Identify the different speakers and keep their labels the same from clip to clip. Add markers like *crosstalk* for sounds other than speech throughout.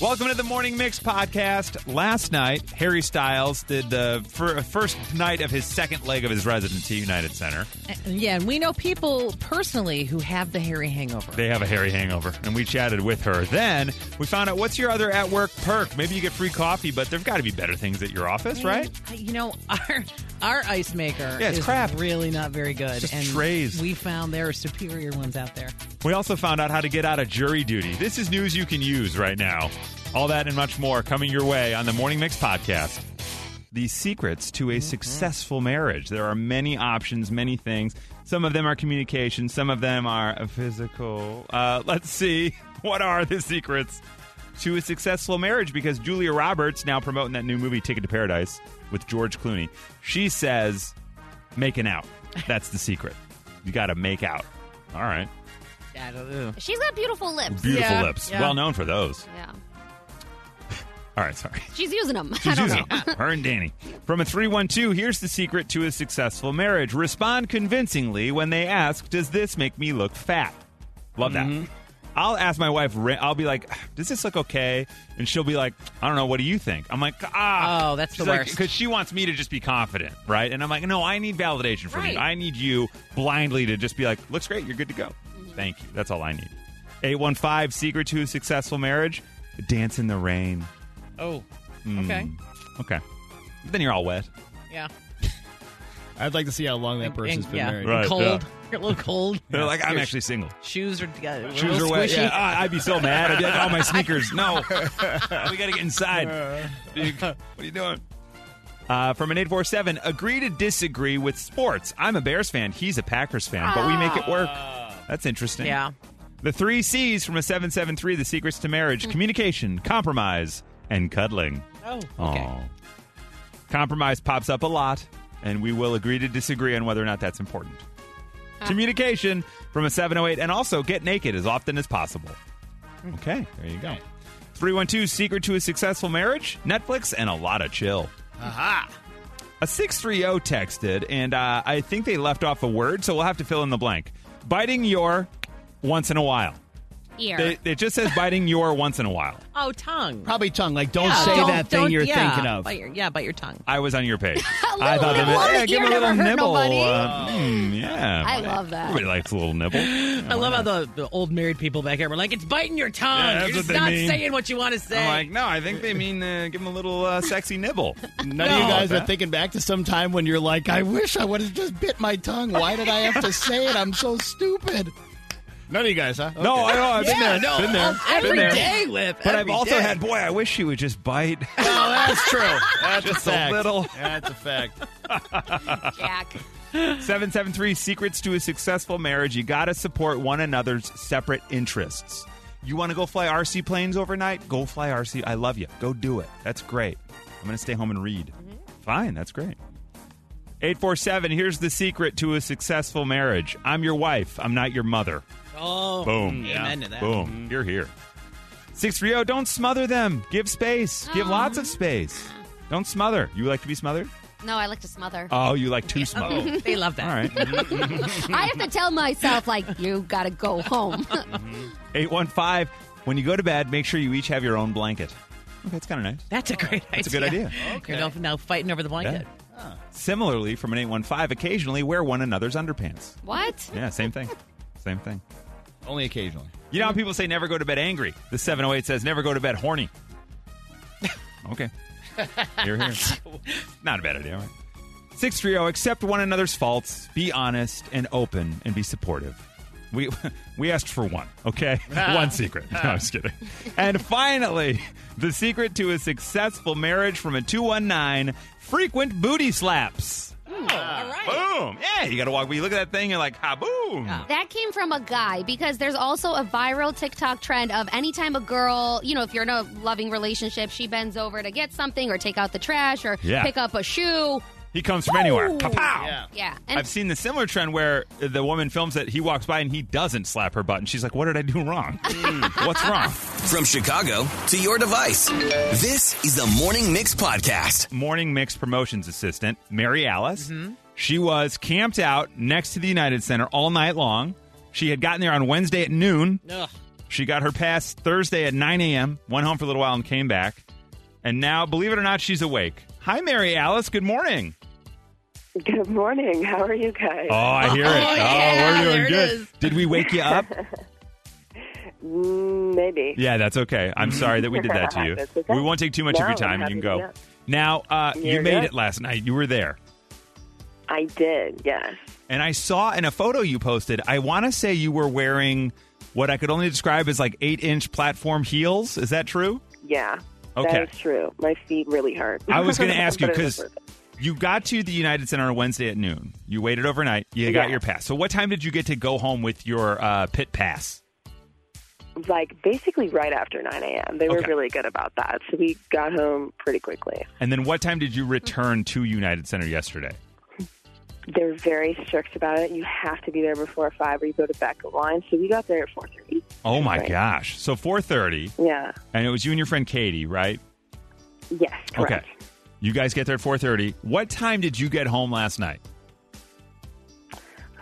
Speaker 1: Welcome to the Morning Mix podcast. Last night, Harry Styles did the fir- first night of his second leg of his residency at United Center.
Speaker 2: Yeah, and we know people personally who have the hairy hangover.
Speaker 1: They have a Harry hangover, and we chatted with her. Then we found out what's your other at work perk. Maybe you get free coffee, but there's got to be better things at your office, right?
Speaker 2: And, uh, You know, *laughs* our our ice maker
Speaker 1: Yeah, it's
Speaker 2: is
Speaker 1: crap.
Speaker 2: really not very good.
Speaker 1: just
Speaker 2: and
Speaker 1: trays.
Speaker 2: we found there are superior ones out there.
Speaker 1: We also found out how to get out of jury duty. This is news you can use right now. All that and much more coming your way on the Morning Mix podcast. The secrets to a successful marriage. There are many options, many things. Some of them are communication, some of them are physical. Uh, let's see *laughs* what are the secrets to a successful marriage because Julia Roberts, now promoting that new movie Ticket to Paradise with George Clooney, she says making out. That's the secret. You got to make out. All right.
Speaker 2: I don't know.
Speaker 3: She's got beautiful lips.
Speaker 1: Beautiful
Speaker 2: Yeah,
Speaker 1: lips.
Speaker 2: yeah.
Speaker 1: Well known for those.
Speaker 3: Yeah.
Speaker 1: All right, sorry.
Speaker 3: She's using them. I
Speaker 1: She's
Speaker 3: don't
Speaker 1: using
Speaker 3: know.
Speaker 2: *laughs*
Speaker 1: them. her and Danny. From a 312, here's the secret to a successful marriage. Respond convincingly when they ask, Does this make me look fat? Love that.
Speaker 2: Mm-hmm.
Speaker 1: I'll ask my wife, ra- I'll be like, Does this look okay? And she'll be like, I don't know, what do you think? I'm like, Ah.
Speaker 2: Oh, that's the worst.
Speaker 1: Because she wants me to just be confident, right? And I'm like, No, I need validation from you.
Speaker 2: Right.
Speaker 1: I need you blindly to just be like, Looks great, you're good to go.
Speaker 2: Mm-hmm.
Speaker 1: Thank you. That's all I need. 815 Secret to a Successful Marriage Dance in the Rain.
Speaker 2: Oh, okay,
Speaker 1: Okay. Then you're all wet.
Speaker 2: yeah.
Speaker 4: I'd like to see how long that person's
Speaker 2: And-
Speaker 4: been
Speaker 2: yeah.
Speaker 4: married.
Speaker 1: Right,
Speaker 2: cold. *laughs*
Speaker 1: yeah.
Speaker 2: You're a little cold.
Speaker 1: They're like, I'm
Speaker 2: Your
Speaker 1: actually single.
Speaker 2: shoes are uh,
Speaker 1: Shoes
Speaker 2: real
Speaker 1: are wet.
Speaker 2: squishy.
Speaker 1: Yeah, ah, I'd be so mad. I'd be
Speaker 2: *laughs*
Speaker 1: like, oh, my sneakers. No. we got to get inside. Dude, what are you doing? Uh, from an 847, agree to disagree with sports. I'm a Bears fan. He's a Packers fan, but we make it work. That's interesting.
Speaker 2: Ah. Yeah.
Speaker 1: The three C's from a 773 The Secrets to Marriage communication, compromise, and cuddling.
Speaker 2: Hmm. Oh, okay.
Speaker 1: Aw. Compromise pops up a lot, and we will agree to disagree on whether or not that's important. Communication from a 708, and also get naked as often as possible. Okay, there you go. 312 Secret to a Successful Marriage, Netflix, and a lot of chill. A 630 texted, and uh, I think they left off a word, so we'll have to fill in the blank. Biting your once in a while.
Speaker 3: Ear.
Speaker 1: They, it just says biting your once in a while.
Speaker 2: Oh, tongue.
Speaker 4: Probably tongue. Like, don't
Speaker 2: Yeah,
Speaker 4: say
Speaker 2: don't-
Speaker 4: that thing
Speaker 2: don't-
Speaker 4: you're
Speaker 2: yeah,
Speaker 4: thinking of.
Speaker 2: Bite your, yeah, bite your tongue.
Speaker 1: I was on your page.
Speaker 3: little
Speaker 1: I thought
Speaker 3: nibble
Speaker 1: of
Speaker 3: on
Speaker 1: it.
Speaker 3: the
Speaker 1: Yeah, give
Speaker 3: ear
Speaker 1: him a little
Speaker 3: never hurt
Speaker 1: nibble.
Speaker 3: nobody.
Speaker 1: Uh, hmm, yeah,
Speaker 3: I love that.
Speaker 1: Everybody likes a little nibble.
Speaker 2: I love how the, the old married people back here were like, "It's biting your tongue.
Speaker 1: Yeah, that's what
Speaker 2: You're just
Speaker 1: they
Speaker 2: not
Speaker 1: mean."
Speaker 2: saying what you want to say."
Speaker 1: I'm like, no, I think they mean uh, give him a little uh, sexy nibble.
Speaker 4: None of you guys are thinking back to some time when you're like, I wish I would have just bit my tongue. Why did I have to say it? I'm so stupid. None of you guys, huh?
Speaker 1: No, I know. I've been
Speaker 2: Yeah,
Speaker 1: there.
Speaker 2: no,
Speaker 1: been there.
Speaker 2: every
Speaker 1: been there.
Speaker 2: day, Lip.
Speaker 1: But I've
Speaker 2: every
Speaker 1: also
Speaker 2: day.
Speaker 1: had, boy, I wish she would just bite.
Speaker 4: No, that's true.
Speaker 1: *laughs*
Speaker 4: That's
Speaker 1: Just a
Speaker 4: a fact.
Speaker 1: little.
Speaker 4: That's a fact.
Speaker 3: *laughs* Jack.
Speaker 1: 773 Secrets to a Successful Marriage. You got to support one another's separate interests. You want to go fly RC planes overnight? Go fly RC. I love you. Go do it. That's great. I'm going to stay home and read.
Speaker 2: Mm-hmm.
Speaker 1: Fine. That's great. 847. Here's the secret to a successful marriage I'm your wife. I'm not your mother.
Speaker 2: Oh,
Speaker 1: Boom.
Speaker 2: Amen to that. Mm-hmm.
Speaker 1: Boom. You're here. 630. Don't smother them. Give space. Give lots of space. Don't smother. You like to be smothered?
Speaker 3: No, I like to smother.
Speaker 1: Oh, you like to smother.
Speaker 2: Oh, *laughs* they love that.
Speaker 1: All right.
Speaker 3: I have to tell myself, like, you gotta go home.
Speaker 1: 815. When you go to bed, make sure you each have your own blanket. Okay, it's kind of nice.
Speaker 2: That's a great idea.
Speaker 1: That's a good idea.
Speaker 2: Okay. You're now, now fighting over the blanket.
Speaker 1: Similarly, from an 815, occasionally wear one another's underpants.
Speaker 3: *laughs* what?
Speaker 1: Yeah, same thing. Same thing.
Speaker 4: Only occasionally.
Speaker 1: You know how people say never go to bed angry? The 708 says never go to bed horny. Okay. Here, here. Not a bad idea, right? 630, accept one another's faults, be honest and open, and be supportive. We *laughs* we asked for one, okay? one secret. No, I'm just kidding. And finally, the secret to a successful marriage from a 219 frequent booty slaps.
Speaker 2: All right.
Speaker 1: Boom. Yeah, you got to walk. You look at that thing, you're like, ha, boom.
Speaker 3: That came from a guy because there's also a viral TikTok trend of anytime a girl, you know, if you're in a loving relationship, she bends over to get something or take out the trash or
Speaker 1: Yeah.
Speaker 3: pick up a shoe.
Speaker 1: He comes from anywhere.
Speaker 3: Woo.
Speaker 1: Kapow.
Speaker 4: Yeah.
Speaker 3: Yeah.
Speaker 1: I've seen the similar trend where the woman films it, he walks by and he doesn't slap her butt, and she's like, "What did I do wrong?
Speaker 2: Hmm.
Speaker 1: What's wrong?"
Speaker 5: From Chicago to your device, this is the Morning Mix Podcast.
Speaker 1: Morning Mix promotions assistant Mary Alice.
Speaker 2: Mm-hmm.
Speaker 1: She was camped out next to the United Center all night long. She had gotten there on Wednesday at noon.
Speaker 2: Ugh.
Speaker 1: She got her pass Thursday at 9 a.m., went home for a little while and came back. And now, believe it or not, she's awake. Hi, Mary Alice. Good morning.
Speaker 6: Good morning. How are you guys?
Speaker 1: Oh, I hear it.
Speaker 2: Oh, yeah,
Speaker 1: oh, we're
Speaker 2: there
Speaker 1: doing
Speaker 2: it
Speaker 1: good.
Speaker 2: is.
Speaker 1: Did we wake you *laughs* up?
Speaker 6: Mm, Maybe.
Speaker 1: yeah, that's okay. I'm sorry that we did that to you.
Speaker 6: *laughs* That's okay.
Speaker 1: We won't take too much of
Speaker 6: No,
Speaker 1: your time,
Speaker 6: I'm
Speaker 1: and you can
Speaker 6: happy to
Speaker 1: go.
Speaker 6: be up.
Speaker 1: Now, uh, you
Speaker 6: You're
Speaker 1: made
Speaker 6: good.
Speaker 1: it last night. You were there.
Speaker 6: I did, yes.
Speaker 1: and I saw in a photo you posted, I want to say you were wearing what I could only describe as like eight inch platform heels. Is that true?
Speaker 6: Yeah.
Speaker 1: Okay.
Speaker 6: That is true. My feet really hurt.
Speaker 1: I was
Speaker 6: *laughs*
Speaker 1: going to ask you
Speaker 6: But it was
Speaker 1: because
Speaker 6: worth it.
Speaker 1: you got to the United Center on Wednesday at noon. You waited overnight. You got
Speaker 6: Yeah.
Speaker 1: your pass. So, what time did you get to go home with your uh, pit pass?
Speaker 6: Like, basically right after 9 a.m., they were
Speaker 1: Okay.
Speaker 6: really good about that. So we got home pretty quickly.
Speaker 1: And then, what time did you return to United Center yesterday?
Speaker 6: They're very strict about it. You have to be there before 5 or you go to back of line. So we got there at 4.30.
Speaker 1: Oh my
Speaker 6: Right.
Speaker 1: gosh! So four thirty,
Speaker 6: Yeah.
Speaker 1: and it was you and your friend Katie, right?
Speaker 6: Yes, correct.
Speaker 1: Okay. You guys get there at four thirty. What time did you get home last night?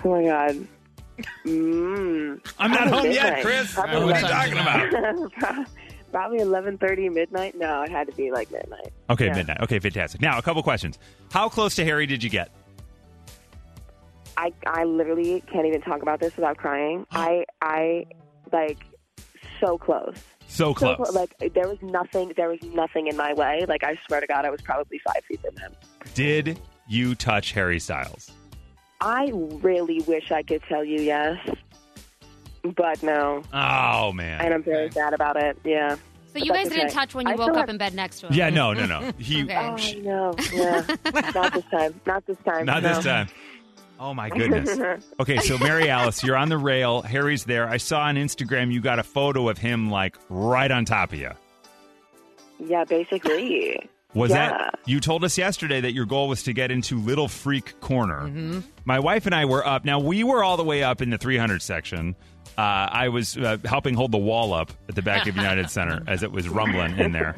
Speaker 6: Oh, my God. Mm.
Speaker 1: I'm not
Speaker 6: Probably
Speaker 1: home yet,
Speaker 6: midnight.
Speaker 1: Chris. What
Speaker 6: Probably
Speaker 1: are you
Speaker 4: midnight.
Speaker 1: talking about?
Speaker 6: *laughs* Probably 11.30, midnight. No, it had to be like midnight.
Speaker 1: *laughs* Okay,
Speaker 6: Yeah.
Speaker 1: midnight. Okay, fantastic. Now, a couple questions. How close to Harry did you get?
Speaker 6: I, I literally can't even talk about this without
Speaker 1: *gasps*
Speaker 6: crying. I I like so close.
Speaker 1: So
Speaker 6: So
Speaker 1: close.
Speaker 6: clo- like there was nothing there was nothing in my way. Like I swear to God I was probably five feet from him.
Speaker 1: did you touch Harry Styles?
Speaker 6: I really wish I could tell you yes. But no.
Speaker 1: Oh
Speaker 6: And
Speaker 1: man.
Speaker 6: I'm very sad about it. Yeah.
Speaker 3: So you
Speaker 6: That's
Speaker 3: guys didn't
Speaker 6: okay.
Speaker 3: touch when you
Speaker 6: I
Speaker 3: woke
Speaker 6: still
Speaker 3: up
Speaker 6: have-
Speaker 3: in bed next to him.
Speaker 1: Yeah, no, no, no. He
Speaker 3: Okay.
Speaker 6: Oh no. Yeah. Not this time. Not this time.
Speaker 1: *laughs* not
Speaker 6: no.
Speaker 1: this time. Oh my goodness. Okay, so Mary Alice, you're on the rail. Harry's there. I saw on Instagram you got a photo of him like right on top of you.
Speaker 6: Yeah, basically.
Speaker 1: Was
Speaker 6: Yeah.
Speaker 1: that you told us yesterday that your goal was to get into Little Freak Corner? My wife and I were up. Now we were all the way up in the 300 section. Uh, I was uh, helping hold the wall up at the back of
Speaker 6: *laughs*
Speaker 1: United Center as it was rumbling in there,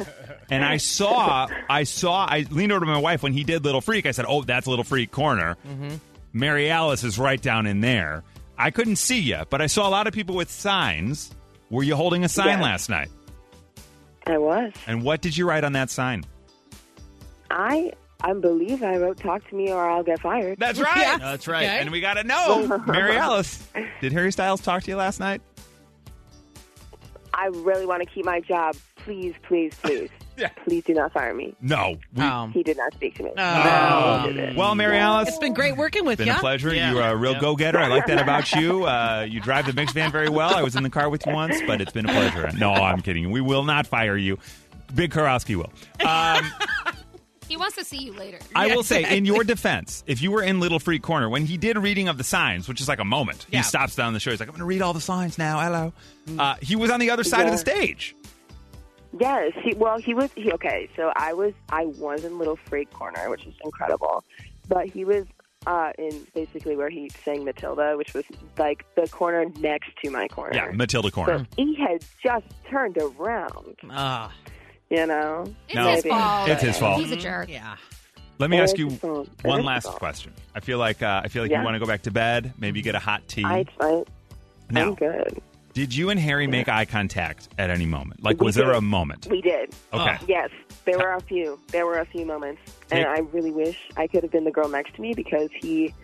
Speaker 1: and I saw, I saw, I leaned over to my wife when he did Little Freak. I said, "Oh, that's Little Freak Corner."
Speaker 6: Mm-hmm.
Speaker 1: Mary Alice is right down in there. I couldn't see you, but I saw a lot of people with signs. Were you holding a sign
Speaker 6: Yeah.
Speaker 1: last night?
Speaker 6: I was.
Speaker 1: And what did you write on that sign?
Speaker 6: I I believe I wrote talk to me or I'll get fired.
Speaker 1: That's right.
Speaker 4: No, that's right.
Speaker 2: Okay.
Speaker 1: And we got to know, Mary Alice, did Harry Styles talk to you last night?
Speaker 6: I really want to keep my job. Please, please, please.
Speaker 1: *laughs* Yeah.
Speaker 6: Please do not fire me.
Speaker 1: No. We,
Speaker 2: Um,
Speaker 6: He did not speak to me.
Speaker 2: Oh.
Speaker 6: No, he didn't.
Speaker 1: Um, well, Mary Alice,
Speaker 2: it's been great working with
Speaker 1: been
Speaker 2: you.
Speaker 1: a pleasure.
Speaker 4: Yeah.
Speaker 1: You're a real
Speaker 4: Yep.
Speaker 1: go-getter. I like that about you. Uh, you drive the mix van very well. I was in the car with you once, but it's been a pleasure. No, I'm kidding. We will not fire you. Big Karowski will. Um,
Speaker 3: He wants to see you later.
Speaker 1: I will say, in your defense, if you were in Little Freak Corner, when he did reading of the signs, which is like a moment,
Speaker 2: Yeah.
Speaker 1: he stops down the show. He's like, I'm going to read all the signs now. Hello. Uh, he was on the other side of
Speaker 6: Yeah.
Speaker 1: the stage.
Speaker 6: Yes. He, well, he was. He, okay. So I was. I was in Little Freak Corner, which is incredible. But he was uh, in basically where he sang Matilda, which was like the corner next to my corner.
Speaker 1: Yeah, Matilda Corner.
Speaker 6: So he had just turned around.
Speaker 2: Ah,
Speaker 6: You know.
Speaker 3: It's
Speaker 1: No.
Speaker 3: his
Speaker 6: Maybe.
Speaker 3: fault.
Speaker 1: It's his fault.
Speaker 3: He's a jerk.
Speaker 2: yeah.
Speaker 1: Let me
Speaker 6: It
Speaker 1: ask
Speaker 6: is
Speaker 1: you
Speaker 6: the song. It
Speaker 1: one
Speaker 6: is the
Speaker 1: last
Speaker 6: song.
Speaker 1: question. I feel like uh, I feel like
Speaker 6: Yeah.
Speaker 1: you want to go back to bed, maybe get a hot tea.
Speaker 6: I, I,
Speaker 1: now,
Speaker 6: I'm good.
Speaker 1: did you and Harry make eye contact at any moment? Like,
Speaker 6: We
Speaker 1: was there
Speaker 6: did.
Speaker 1: a moment?
Speaker 6: We did.
Speaker 1: Okay.
Speaker 6: Yes, there were a few. There were a few moments, and
Speaker 1: Take-
Speaker 6: I really wish I could have been the girl next to me because he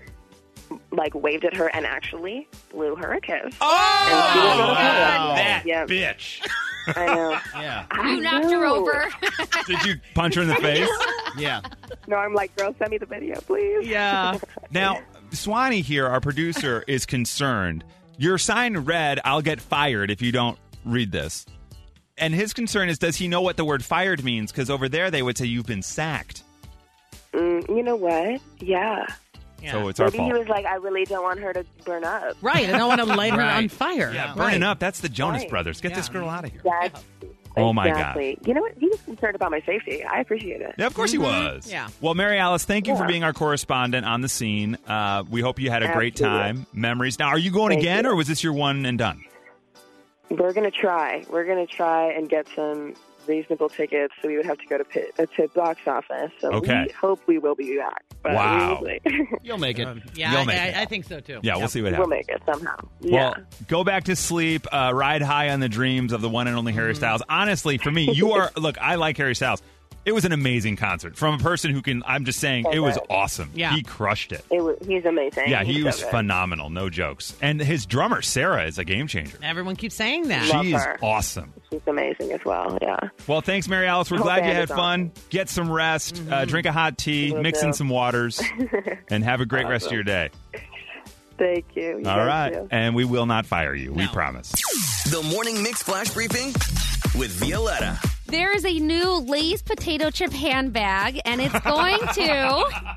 Speaker 6: like waved at her and actually blew her a kiss.
Speaker 1: Oh,
Speaker 6: wow.
Speaker 1: that
Speaker 6: Yeah.
Speaker 1: bitch!
Speaker 6: I
Speaker 1: *laughs*
Speaker 6: know.
Speaker 4: Yeah.
Speaker 6: I
Speaker 3: You knocked her
Speaker 6: know.
Speaker 3: over. *laughs*
Speaker 1: Did you punch her in the
Speaker 6: *laughs*
Speaker 1: face?
Speaker 4: Yeah.
Speaker 6: No, I'm like, girl, send me the video, please.
Speaker 2: Yeah.
Speaker 1: Now, Swanee here, our producer, is concerned. Your sign read, "I'll get fired if you don't read this," and his concern is, does he know what the word "fired" means? Because over there, they would say you've been sacked.
Speaker 6: Mm, you know what? Yeah.
Speaker 2: yeah.
Speaker 1: So it's our
Speaker 6: Maybe
Speaker 1: fault.
Speaker 6: he was like, I really don't want her to burn up.
Speaker 2: right. I don't want to light her
Speaker 4: Right.
Speaker 2: on fire.
Speaker 1: Yeah,
Speaker 2: right.
Speaker 1: burning up. That's the Jonas
Speaker 6: Right.
Speaker 1: Brothers. Get this
Speaker 2: Yeah.
Speaker 1: girl out of here.
Speaker 6: That's
Speaker 1: Oh, my God.
Speaker 6: exactly. You know what? He was concerned about my safety. I appreciate it.
Speaker 1: Yeah, of course he was.
Speaker 2: Mm-hmm. Yeah.
Speaker 1: Well, Mary Alice, thank you for
Speaker 6: Yeah.
Speaker 1: being our correspondent on the scene. Uh, we hope you had a great
Speaker 6: Absolutely.
Speaker 1: time. Memories. Now, are you going
Speaker 6: Thank
Speaker 1: again,
Speaker 6: you.
Speaker 1: or was this your one and done?
Speaker 6: We're gonna try. We're gonna try and get some reasonable tickets, so we would have to go to pit, uh, to box office. So
Speaker 1: Okay.
Speaker 6: we hope we will be back. But *laughs*
Speaker 1: Wow.
Speaker 6: We will see.
Speaker 4: You'll make it.
Speaker 2: Yeah,
Speaker 1: You'll
Speaker 2: I,
Speaker 1: make
Speaker 2: I,
Speaker 1: it.
Speaker 2: I think so too.
Speaker 1: Yeah, we'll see what
Speaker 6: we'll make
Speaker 1: happens.
Speaker 6: it somehow. yeah.
Speaker 1: Well, go back to sleep. Uh, ride high on the dreams of the one and only Harry
Speaker 6: Mm.
Speaker 1: Styles. Honestly, for me,
Speaker 6: *laughs*
Speaker 1: you are look. I like Harry Styles. It was an amazing concert from a person who can. I'm just saying, it was awesome.
Speaker 2: Yeah.
Speaker 1: he crushed it.
Speaker 6: It was, he's amazing.
Speaker 1: Yeah, he
Speaker 6: He's so
Speaker 1: was
Speaker 6: good.
Speaker 1: phenomenal. No jokes. And his drummer Sarah is a game changer.
Speaker 2: Everyone keeps saying that.
Speaker 6: Love
Speaker 1: She is
Speaker 6: her.
Speaker 1: awesome.
Speaker 6: He's amazing as well. Yeah.
Speaker 1: Well, thanks, Mary Alice. We're
Speaker 6: Hope
Speaker 1: glad
Speaker 6: I
Speaker 1: you
Speaker 6: had
Speaker 1: had
Speaker 6: a
Speaker 1: fun. Get some rest. Uh,
Speaker 6: Mm-hmm.
Speaker 1: drink a hot tea.
Speaker 6: Will
Speaker 1: mix in
Speaker 6: do. *laughs*
Speaker 1: some waters, and have a great rest of your day.
Speaker 6: Thank you. You
Speaker 1: All
Speaker 6: guys
Speaker 1: right,
Speaker 6: too.
Speaker 1: and we will not fire you. We
Speaker 2: No.
Speaker 1: promise.
Speaker 5: The Morning Mix Flash Briefing with Violetta.
Speaker 3: There is a new Lay's potato chip handbag, and
Speaker 6: *laughs*
Speaker 3: it's going to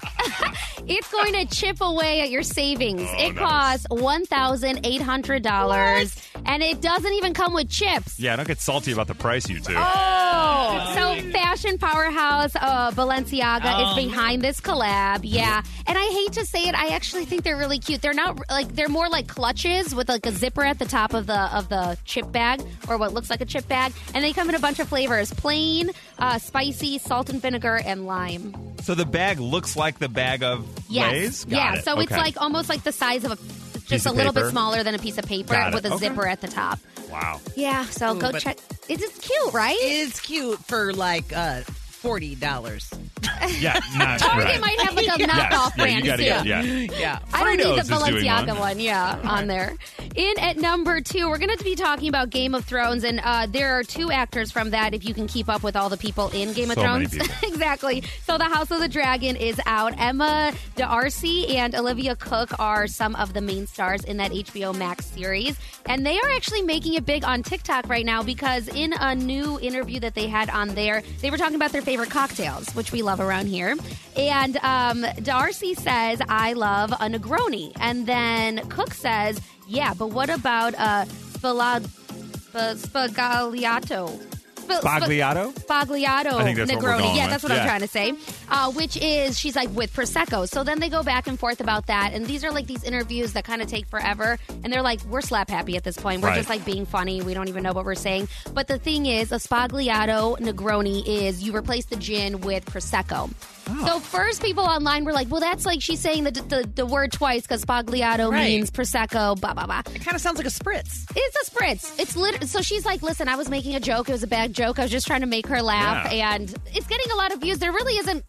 Speaker 3: *laughs* it's going to chip away at your savings.
Speaker 6: Oh,
Speaker 3: it
Speaker 1: nice.
Speaker 3: costs one thousand eight hundred dollars, and it doesn't even come with chips.
Speaker 1: Yeah, don't get salty about the price, you two.
Speaker 3: Oh, so fashion powerhouse uh, Balenciaga
Speaker 2: Oh.
Speaker 1: Um.
Speaker 3: is behind this collab. Yeah, and I hate to say it, I actually think they're really cute. They're not like they're more like clutches with like a zipper at the top of the of the chip bag or what looks like a chip bag, and they come in a bunch of flavors: plain, uh, spicy, salt and vinegar, and lime.
Speaker 1: So the bag looks like the bag of
Speaker 3: Yes,
Speaker 1: Lay's? Got
Speaker 3: yeah.
Speaker 1: it.
Speaker 3: So it's
Speaker 1: Okay.
Speaker 3: like almost like the size of a
Speaker 1: Piece
Speaker 3: just a
Speaker 1: of
Speaker 3: little
Speaker 1: paper.
Speaker 3: bit smaller than a piece of paper
Speaker 1: Got it.
Speaker 3: with a
Speaker 1: Okay.
Speaker 3: zipper at the top.
Speaker 1: wow.
Speaker 3: Yeah, so
Speaker 2: Ooh,
Speaker 3: go
Speaker 2: but-
Speaker 3: check. It's just cute, right?
Speaker 2: It's cute for like uh, forty dollars.
Speaker 3: *laughs*
Speaker 1: Yeah, not
Speaker 3: Target
Speaker 1: right.
Speaker 3: might have like a
Speaker 1: *laughs* Yes,
Speaker 3: knockoff
Speaker 1: yeah,
Speaker 3: brand
Speaker 1: you gotta
Speaker 3: too.
Speaker 1: get
Speaker 3: *laughs*
Speaker 1: yeah.
Speaker 2: Yeah.
Speaker 3: I don't
Speaker 1: Fritos
Speaker 3: need
Speaker 1: is
Speaker 3: the
Speaker 1: doing
Speaker 3: Balenciaga
Speaker 1: one.
Speaker 3: one. yeah, on there. In at number two, we're going to be talking about Game of Thrones, and uh, there are two actors from that. If you can keep up with all the people in Game of
Speaker 1: So many
Speaker 3: Thrones,
Speaker 1: people.
Speaker 3: *laughs* exactly. So the House of the Dragon is out. Emma D'Arcy and Olivia Cook are some of the main stars in that HBO Max series, and they are actually making it big on TikTok right now because in a new interview that they had on there, they were talking about their favorite cocktails, which we love around here. And um, D'Arcy says, "I love a Negroni," and then Cook says, "Yeah, but what about a spala- sp- spagagliato?" Sp- sp-
Speaker 1: Bagliato?
Speaker 3: Spagliato
Speaker 1: I think that's what we're
Speaker 3: Negroni.
Speaker 1: going
Speaker 3: yeah,
Speaker 1: with.
Speaker 3: that's what
Speaker 1: Yeah.
Speaker 3: I'm trying to say. Uh, which is, she's like, with Prosecco. So then they go back and forth about that. And these are like these interviews that kind of take forever. And they're like, we're slap happy at this point. We're
Speaker 1: Right.
Speaker 3: just like being funny. We don't even know what we're saying. But the thing is, a Spagliato Negroni is you replace the gin with Prosecco.
Speaker 1: Oh.
Speaker 3: So first, people online were like, "Well, that's like she's saying the the, the word twice because spagliato
Speaker 2: Right.
Speaker 3: means prosecco." Blah blah blah.
Speaker 2: It kind of sounds like a spritz.
Speaker 3: It's a spritz. It's lit- so she's like, listen, I was making a joke. It was a bad joke. I was just trying to make her laugh,
Speaker 1: Yeah.
Speaker 3: and it's getting a lot of views. There really isn't.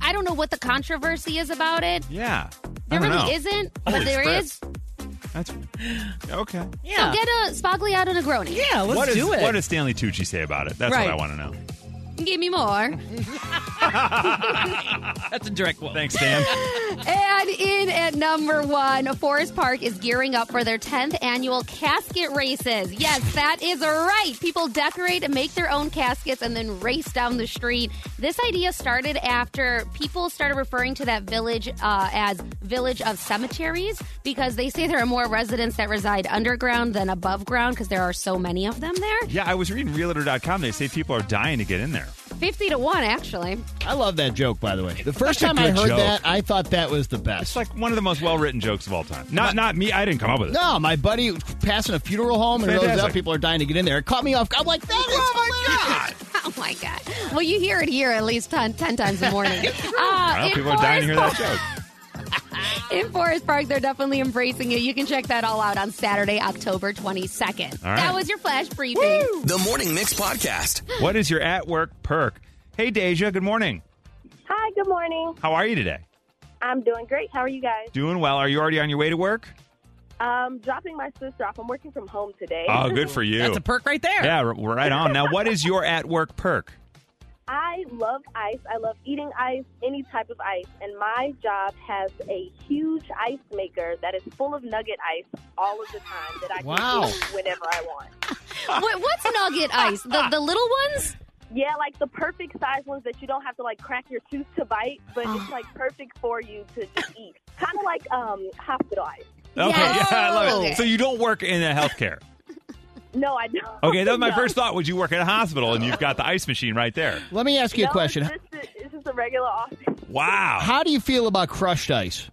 Speaker 3: I don't know what the controversy is about it.
Speaker 1: Yeah.
Speaker 3: There
Speaker 1: I don't
Speaker 3: really
Speaker 1: know.
Speaker 3: isn't,
Speaker 1: Holy
Speaker 3: but there
Speaker 1: spritz.
Speaker 3: is.
Speaker 1: That's okay.
Speaker 2: Yeah.
Speaker 3: Get a spagliato Negroni.
Speaker 2: yeah. Let's
Speaker 1: What is-
Speaker 2: do it.
Speaker 1: What does Stanley Tucci say about it? That's
Speaker 2: Right.
Speaker 1: what I want to know.
Speaker 3: Give me more.
Speaker 2: That's a direct quote.
Speaker 1: Thanks, Dan.
Speaker 3: And in at number one, Forest Park is gearing up for their 10th annual casket races. Yes, that is right. People decorate and make their own caskets and then race down the street. This idea started after people started referring to that village uh, as Village of Cemeteries because they say there are more residents that reside underground than above ground because there are so many of them there.
Speaker 1: yeah, I was reading realtor.com. They say people are dying to get in there.
Speaker 3: 50 to 1, actually. *laughs*
Speaker 4: I love that joke, by the way. The first
Speaker 1: That's a
Speaker 4: time I
Speaker 1: good
Speaker 4: heard
Speaker 1: joke.
Speaker 4: that, I thought that was the best.
Speaker 1: It's like one of the most well written jokes of all time. Not not me. I didn't come up with it.
Speaker 4: no, my buddy was passing a funeral home and it
Speaker 1: Fantastic.
Speaker 4: goes up. People are dying to get in there. It caught me off. I'm like, that is. Oh my god!
Speaker 3: Oh my God. Well, you hear it here at least 10, 10 times a morning. Uh,
Speaker 1: Well,
Speaker 3: in
Speaker 1: people are dying to hear that
Speaker 3: Forest
Speaker 1: joke.
Speaker 3: in Forest Park, they're definitely embracing it. You can check that all out on Saturday, October 22nd.
Speaker 1: All right.
Speaker 3: That was your flash briefing.
Speaker 5: The Morning Mix Podcast.
Speaker 1: What is your at work perk? Hey, Deja, good morning.
Speaker 7: Hi, good morning.
Speaker 1: How are you today?
Speaker 7: I'm doing great. How are you guys?
Speaker 1: Doing well. Are you already on your way to work?
Speaker 7: Um, dropping my sister off. I'm working from home today.
Speaker 1: Oh, good for you.
Speaker 2: That's a perk right there.
Speaker 1: Yeah, r- right on. Now, what is your at work perk?
Speaker 7: I love ice. I love eating ice, any type of ice. And my job has a huge ice maker that is full of nugget ice all of the time that I can
Speaker 4: Wow.
Speaker 7: eat whenever I want.
Speaker 3: Wait, what's nugget ice? The, the little ones?
Speaker 7: Yeah, like the perfect size ones that you don't have to like crack your tooth to bite, but
Speaker 4: Ah.
Speaker 7: it's like perfect for you to just eat. Kind of like um, hospital ice.
Speaker 1: Okay,
Speaker 3: Yes.
Speaker 1: yeah, I love it.
Speaker 3: Oh.
Speaker 1: So you don't work in a healthcare.
Speaker 7: No, I don't.
Speaker 1: Okay, that was
Speaker 7: *laughs*
Speaker 1: my
Speaker 7: No.
Speaker 1: first thought. Would you work at a hospital and you've got the ice machine right there?
Speaker 4: Let me ask you
Speaker 7: No,
Speaker 4: a question.
Speaker 7: It's just, a, it's just a regular office.
Speaker 1: Wow.
Speaker 4: How do you feel about crushed ice?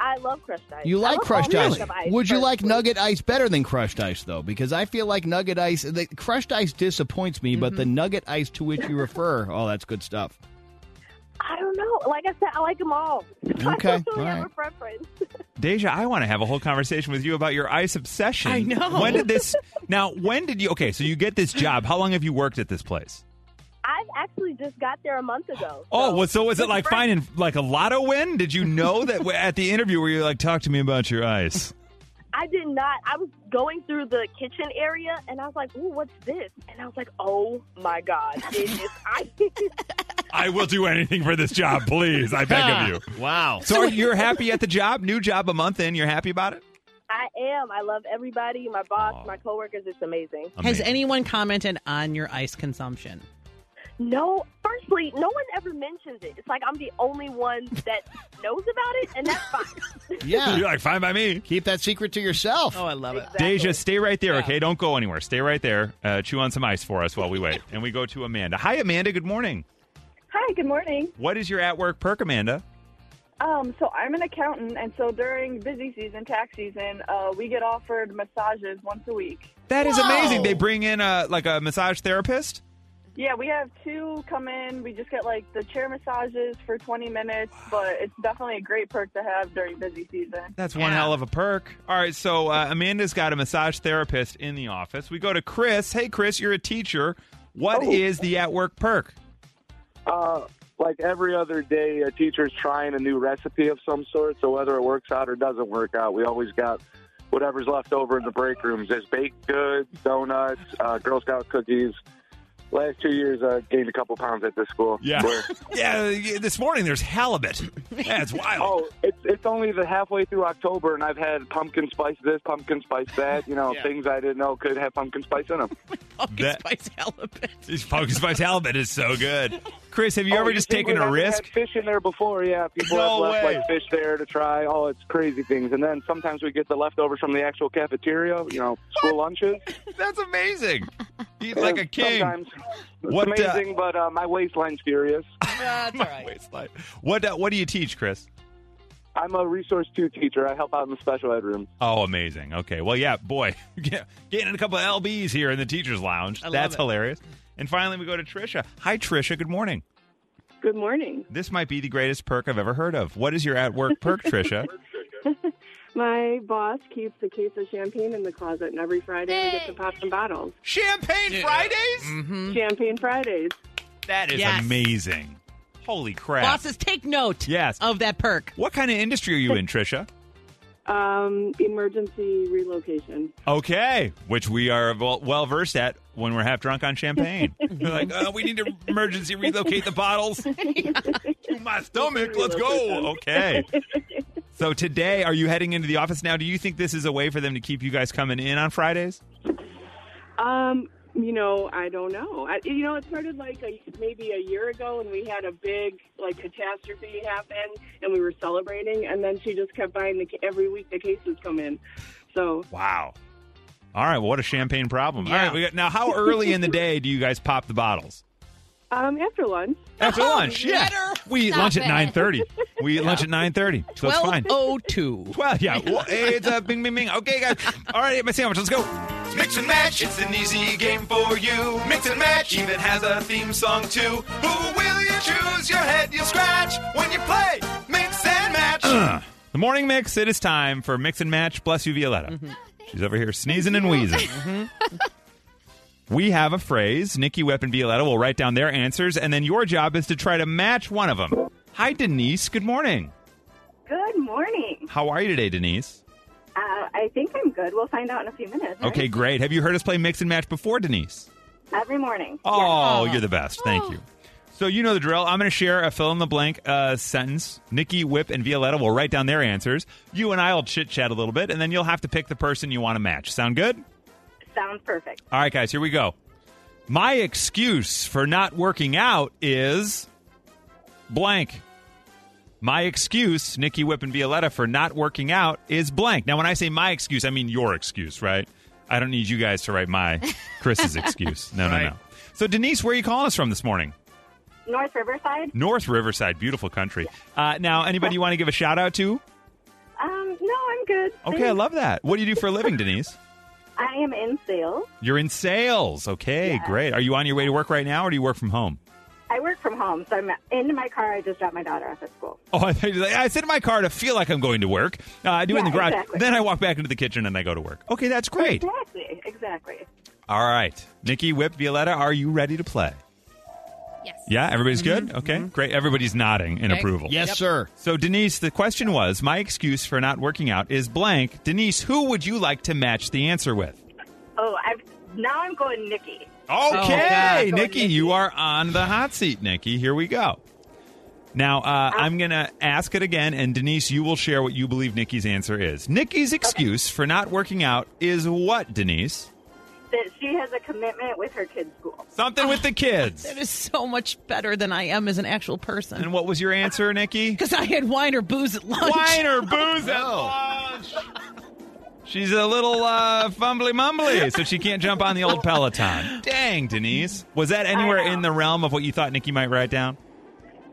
Speaker 7: I love crushed ice.
Speaker 4: You
Speaker 7: I
Speaker 4: like
Speaker 7: love
Speaker 4: crushed
Speaker 7: all
Speaker 4: ice.
Speaker 7: kinds of ice.
Speaker 4: Would you like
Speaker 7: personally.
Speaker 4: nugget ice better than crushed ice, though? Because I feel like nugget ice, the crushed ice disappoints me, but the
Speaker 7: Mm-hmm.
Speaker 4: nugget ice to which
Speaker 7: *laughs*
Speaker 4: you refer, oh, that's good stuff.
Speaker 7: I don't know. Like I said, I like them all. *laughs* I
Speaker 4: Okay,
Speaker 7: don't really
Speaker 4: all
Speaker 7: have
Speaker 4: right.
Speaker 7: a preference.
Speaker 1: Deja, I want to have a whole conversation with you about your ice obsession.
Speaker 2: I know.
Speaker 1: When did this? Now, when did you? Okay, so you get this job. How long have you worked at this place?
Speaker 7: I've actually just got there a month ago.
Speaker 1: Oh,
Speaker 7: so-
Speaker 1: well, so was it like
Speaker 7: Right.
Speaker 1: finding like a lotto win? Did you know that at the interview where you like talk to me about your ice?
Speaker 7: I did not. I was going through the kitchen area and I was like, "Ooh, what's this?" And I was like, "Oh my god, it is ice."
Speaker 1: I will do anything for this job, please. I beg of you.
Speaker 4: Ah,
Speaker 1: *laughs*
Speaker 4: Wow.
Speaker 1: So are,
Speaker 2: *laughs*
Speaker 1: you're happy at the job? New job a month in. You're happy about it?
Speaker 7: *laughs* I am. I love everybody. My boss,
Speaker 1: Aw.
Speaker 7: my coworkers. It's amazing.
Speaker 2: Has
Speaker 1: Amazing.
Speaker 2: anyone commented on your ice consumption?
Speaker 7: No, firstly, no one ever mentions it. It's like I'm the only one that knows about it, and that's
Speaker 1: *laughs*
Speaker 7: fine.
Speaker 1: *laughs*
Speaker 4: Yeah.
Speaker 1: You're like fine by me.
Speaker 4: Keep that secret to yourself.
Speaker 2: Oh, I love it.
Speaker 1: Deja, stay right there, okay? Don't go anywhere. Stay right there. Uh, chew on some ice for us while we wait. and we go to Amanda. Hi, Amanda. Good morning.
Speaker 8: Hi, good morning.
Speaker 1: What is your at work perk, Amanda?
Speaker 8: Um, so I'm an accountant, and so during busy season, tax season, uh, we get offered massages once a week.
Speaker 1: That is
Speaker 4: Whoa.
Speaker 1: amazing. They bring in a like a massage therapist.
Speaker 8: Yeah, we have two come in. We just get like the chair massages for 20 minutes, but it's definitely a great perk to have during busy season.
Speaker 1: That's one hell of a perk. All right, so uh, Amanda's got a massage therapist in the office. We go to Chris. Hey, Chris, you're a teacher. What is
Speaker 9: Oh.
Speaker 1: the at work perk?
Speaker 9: Uh, like every other day, a teacher's trying a new recipe of some sort. So whether it works out or doesn't work out, we always got whatever's left over in the break rooms. There's baked goods, donuts, uh, Girl Scout cookies. Last two years, I uh, gained a couple pounds at this school.
Speaker 1: Yeah.
Speaker 9: Where-
Speaker 1: *laughs* Yeah, this morning there's halibut. That's wild.
Speaker 9: oh, it's it's only the halfway through October, and I've had pumpkin spice this, pumpkin spice that. You know,
Speaker 4: Yeah.
Speaker 9: things I didn't know could have pumpkin spice in them.
Speaker 2: Pumpkin
Speaker 1: That-
Speaker 2: spice halibut.
Speaker 1: This pumpkin spice halibut is so good. Chris, have you
Speaker 9: Oh,
Speaker 1: ever just
Speaker 9: think
Speaker 1: taken
Speaker 9: we've
Speaker 1: a
Speaker 9: never
Speaker 1: risk?
Speaker 9: Had fish in there before, yeah. People
Speaker 1: No
Speaker 9: have left
Speaker 1: way.
Speaker 9: like fish there to try. Oh, it's crazy things. And then sometimes we get the leftovers from the actual cafeteria. You know, school lunches.
Speaker 1: That's amazing. Eat like a
Speaker 9: And *laughs*
Speaker 1: king.
Speaker 9: Sometimes it's
Speaker 1: What, uh,
Speaker 9: amazing, but uh, my waistline's furious.
Speaker 2: That's all
Speaker 1: My
Speaker 2: right.
Speaker 1: waistline. What uh, What do you teach, Chris?
Speaker 9: I'm a resource two teacher. I help out in the special ed room.
Speaker 1: Oh, amazing. Okay. Well, yeah, boy, *laughs* get- getting a couple of lbs here in the teachers' lounge.
Speaker 2: I love
Speaker 1: That's
Speaker 2: it.
Speaker 1: hilarious. And finally, we go to Trisha. Hi, Trisha. Good morning.
Speaker 8: Good morning.
Speaker 1: This might be the greatest perk I've ever heard of. What is your at work
Speaker 2: *laughs*
Speaker 1: perk, Trisha?
Speaker 8: My boss keeps a case of champagne in the closet, and every Friday
Speaker 3: I get to
Speaker 8: pop some bottles.
Speaker 1: Champagne Fridays.
Speaker 8: Champagne Fridays.
Speaker 1: That is
Speaker 2: Mm-hmm. Yes.
Speaker 1: amazing. Holy crap!
Speaker 2: Bosses, take note
Speaker 1: Yes.
Speaker 2: of that perk.
Speaker 1: What kind of industry are you in, Trisha?
Speaker 8: Um, emergency relocation.
Speaker 1: Okay, which we are well versed at when we're half drunk on champagne. we're like, oh, we need to emergency relocate the bottles to my stomach. Let's go. Okay. So today, are you heading into the office now? Do you think this is a way for them to keep you guys coming in on Fridays?
Speaker 8: Um, you know, I don't know. I, you know, it started like a, maybe a year ago when we had a big like catastrophe happen, and we were celebrating, and then she just kept buying the ca- every week the cases come in. So
Speaker 1: Wow. All right. Well, what a champagne problem. All
Speaker 2: Yeah.
Speaker 1: right. We got, now, how early in the day do you guys pop the bottles?
Speaker 8: um, after lunch,
Speaker 1: After lunch, yeah.
Speaker 2: better.
Speaker 1: We eat
Speaker 3: Stop
Speaker 1: lunch at
Speaker 3: it.
Speaker 1: nine thirty. We eat lunch at nine thirty, so it's fine.
Speaker 2: 1202.
Speaker 1: Well, yeah. Well, hey, it's a bing, bing, bing. Okay, guys. All right, ate my sandwich. Let's go. Mix and match. It's an easy game for you. Mix and match even has a theme song too. Who will you choose? Your head you'll scratch when you play mix and match. Uh, the morning mix. It is time for mix and match. Bless you, Violetta. She's over here sneezing and wheezing. We have a phrase. Nikki, Webb, and Violetta will write down their answers, and then your job is to try to match one of them. Hi, Denise. Good morning.
Speaker 8: good morning.
Speaker 1: How are you today, Denise?
Speaker 8: Uh, I think I'm good. We'll find out in a few minutes.
Speaker 1: Okay, great. Have you heard us play mix and match before, Denise?
Speaker 8: Every morning.
Speaker 1: Oh, you're the best. Thank you. So you know the drill. I'm going to share a fill in the blank uh, sentence. Nikki, Whip, and Violetta will write down their answers. You and I will chit chat a little bit, and then you'll have to pick the person you want to match. Sound good?
Speaker 8: Sounds perfect.
Speaker 1: All right, guys. Here we go. My excuse for not working out is blank. My excuse, Nikki, Whip, and Violetta, for not working out is blank. Now, when I say my excuse, I mean your excuse, right? I don't need you guys to write my Chris's excuse. No, no,
Speaker 4: Right.
Speaker 1: no. So, Denise, where are you calling us from this morning?
Speaker 8: North Riverside.
Speaker 1: North Riverside, beautiful country. Uh, now, anybody you want to give a shout out to?
Speaker 7: Um,
Speaker 10: good.
Speaker 1: Okay, I love that. What do you do for a living, Denise?
Speaker 10: *laughs* I am in sales.
Speaker 1: You're in sales. Okay, great. Are you on your way to work right now, or do you work from home? *laughs*
Speaker 10: I work from home, so I'm in my car. I just dropped my daughter off at school.
Speaker 1: Oh, I thought you were like, I sit in my car to feel like I'm going to work. Uh, I do it in the
Speaker 10: Yeah,
Speaker 1: garage.
Speaker 10: exactly.
Speaker 1: Then I walk back into the kitchen and I go to work. Okay, that's great.
Speaker 10: Exactly. Exactly.
Speaker 1: All right. Nikki, Whip, Violetta, are you ready to play?
Speaker 3: Yes.
Speaker 1: Yeah, everybody's good? Okay, great. Everybody's nodding in
Speaker 4: Okay.
Speaker 1: approval.
Speaker 4: Yes, Yep. sir.
Speaker 1: So, Denise, the question was my excuse for not working out is blank. Denise, who would you like to match the answer with?
Speaker 10: Oh, I've now I'm going Nikki.
Speaker 1: Okay, Oh, Nikki, you are on the hot seat, Nikki. Here we go. Now, uh, I'm going to ask it again, and Denise, you will share what you believe Nikki's answer is. Nikki's excuse for not working out is what, Denise?
Speaker 10: That she has a commitment with her kids' school.
Speaker 1: Something with the kids.
Speaker 2: That is so much better than I am as an actual person. And
Speaker 1: what was your answer, Nikki?
Speaker 3: *laughs*
Speaker 2: Because I had wine or booze at lunch.
Speaker 1: Wine or booze at lunch. She's a little uh, fumbly mumbly, so she can't jump on the old
Speaker 3: *laughs*
Speaker 1: Peloton. Dang, Denise. Was that anywhere in the realm of what you thought Nikki might write down?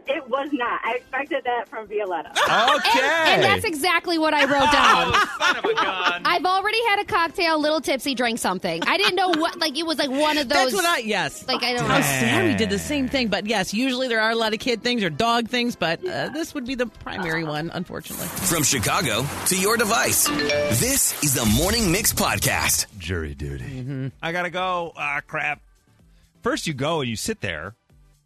Speaker 10: It was not. I expected that from Violetta.
Speaker 1: Ah! Okay.
Speaker 3: *laughs* And that's exactly what I wrote down.
Speaker 1: *laughs* son of a gun.
Speaker 3: *laughs* I've already had a cocktail, little tipsy, drink something. I didn't know what, like, it was like one of those.
Speaker 2: That's what I yes.
Speaker 3: Like, I don't
Speaker 2: How
Speaker 3: know.
Speaker 2: sad we did the same thing, but yes, usually there are a lot of kid things or dog things, but uh, this would be the primary one, unfortunately.
Speaker 5: From Chicago to your device, this is the Morning Mix Podcast.
Speaker 1: Jury duty. Mm-hmm. I gotta go. Ah, crap. First, you go and you sit there,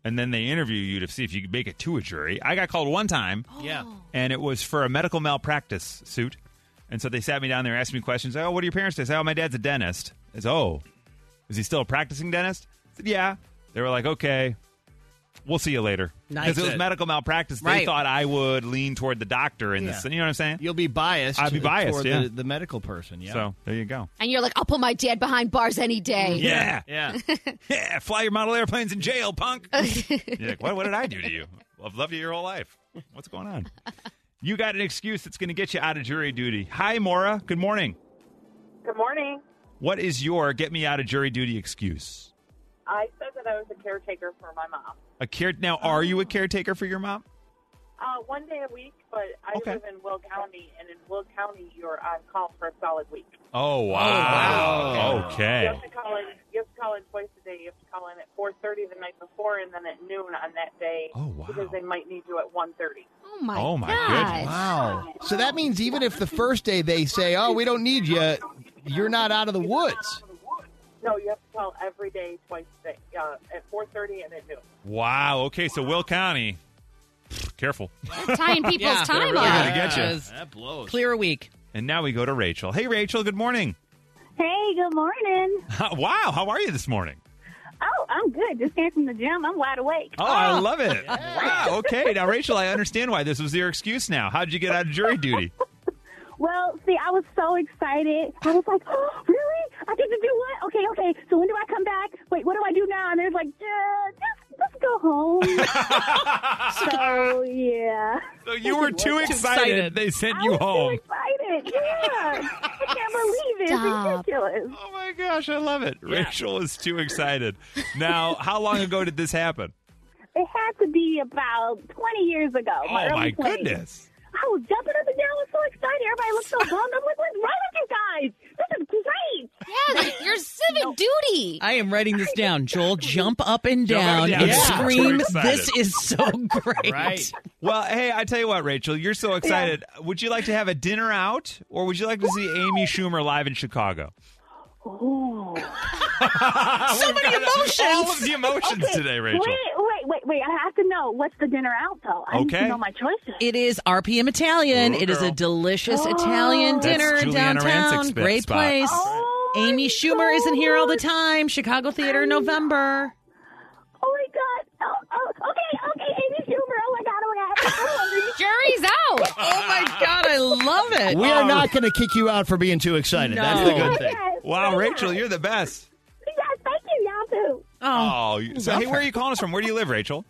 Speaker 1: and then they interview you to see if you can make it to a jury. I got called one time.
Speaker 4: Yeah.
Speaker 1: and it was for a medical malpractice suit. And so they sat me down there, asked me questions. Oh, what are your parents? do? I said, oh, my dad's a dentist. I said, oh, is he still a practicing dentist? I said, yeah. They were like, okay, we'll see you later.
Speaker 4: Nice.
Speaker 1: it was medical malpractice. They
Speaker 4: Right.
Speaker 1: thought I would lean toward the doctor in this. You know what I'm saying?
Speaker 4: You'll be biased.
Speaker 1: I'd be biased,
Speaker 4: toward
Speaker 1: yeah.
Speaker 4: the, the medical person. Yeah.
Speaker 1: So there you go.
Speaker 3: And you're like, I'll put my dad behind bars any day.
Speaker 1: Yeah. *laughs* Yeah. yeah. Fly your model airplanes in jail,
Speaker 4: *laughs*
Speaker 1: punk. You're like, what, what did I do to you? I've loved you your whole life. What's going on? You got an excuse that's going to get you out of jury duty. Hi, Mora. Good morning.
Speaker 11: Good morning.
Speaker 1: What is your get me out of jury duty excuse?
Speaker 11: I said that I was a caretaker for my mom.
Speaker 1: A care now? Are you a caretaker for your mom?
Speaker 11: Uh, one day a week, but I
Speaker 1: Okay.
Speaker 11: live in Will County, and in Will County, you're on call for a solid week.
Speaker 1: Oh
Speaker 11: wow. You
Speaker 1: Okay.
Speaker 11: have to call in. You have to call in twice a day. You have to call in at four thirty the night before, and then at noon on that day.
Speaker 1: Oh, wow.
Speaker 11: Because they might need you at one thirty.
Speaker 3: Oh my.
Speaker 4: Oh, my
Speaker 11: gosh.
Speaker 4: Wow. So that means even if the first day they say, "Oh, we don't need you," you're not out of the woods.
Speaker 11: No, you have to call every day, twice a day, uh, at four thirty and at noon.
Speaker 1: Wow. Okay. So Will County, careful.
Speaker 3: Tying people's
Speaker 2: Yeah.
Speaker 3: time
Speaker 1: They're
Speaker 3: up.
Speaker 1: gonna get you.
Speaker 4: That blows.
Speaker 2: Clear a week.
Speaker 1: And now we go to Rachel. Hey, Rachel. Good morning.
Speaker 12: Hey, good morning.
Speaker 1: *laughs* wow. How are you this morning?
Speaker 12: Oh, I'm good. Just came from the gym. I'm wide awake.
Speaker 1: Oh, I love *laughs* it. Wow. Okay. Now, Rachel, I understand why this was your excuse. Now, how'd you get out of jury duty?
Speaker 12: Well, see, I was so excited. I was like, *gasps* oh, really? I get to do what? Okay, okay. So when do I come back? Wait, what do I do now? And they're like, yeah, just, just go
Speaker 1: *laughs*
Speaker 12: home. so, yeah.
Speaker 1: So you were too excited. They sent you home.
Speaker 12: excited. Yeah. I can't believe it.
Speaker 1: Stop.
Speaker 12: It's ridiculous.
Speaker 1: Oh, my gosh. I love it. Rachel is too excited. Now, how long ago did this happen?
Speaker 12: It had to be about 20 years ago.
Speaker 1: Oh,
Speaker 12: early
Speaker 1: my
Speaker 12: 20s.
Speaker 1: goodness.
Speaker 12: I was jumping up and down. I was so excited. Everybody looked so bummed. I'm like, what's wrong with you guys? This is great.
Speaker 3: Yeah, you're civic duty.
Speaker 2: I am writing this down. Joel, jump up and
Speaker 1: Jump up
Speaker 2: down,
Speaker 1: and
Speaker 2: and
Speaker 1: down. Yeah.
Speaker 2: scream.
Speaker 1: We're excited.
Speaker 2: This is so *laughs* great.
Speaker 1: Right. Well, hey, I tell you what, Rachel, you're so excited. Would you like to have a dinner out, or would you like to see Amy Schumer live in Chicago? *laughs*
Speaker 12: Ooh.
Speaker 1: so many emotions. All of the emotions today, Rachel.
Speaker 12: Wait, wait, wait, wait. I have to know what's the dinner out, though. I need
Speaker 2: Okay.
Speaker 12: to know my choices.
Speaker 2: It is RPM Italian. it is a delicious
Speaker 12: Oh.
Speaker 2: Italian
Speaker 12: That's
Speaker 2: dinner in
Speaker 1: Juliana
Speaker 2: downtown.
Speaker 1: Rancic's
Speaker 2: Great
Speaker 1: spot.
Speaker 2: place.
Speaker 12: Oh,
Speaker 2: Amy Schumer isn't here all the time. Chicago Theater in November.
Speaker 12: Oh, my God. Oh, oh, okay, okay. Amy Schumer. Oh, my God. Oh, my God. I'm so hungry.
Speaker 3: Jury's out.
Speaker 2: Oh, my God. I love it.
Speaker 4: We are not going to kick you out for being too excited.
Speaker 2: No.
Speaker 4: That's the good thing.
Speaker 12: Yes.
Speaker 1: Wow, Rachel, you're the best.
Speaker 12: Yes, thank you, y'all, too.
Speaker 1: Oh, you- so hey, where are you calling us from? Where do you live, Rachel?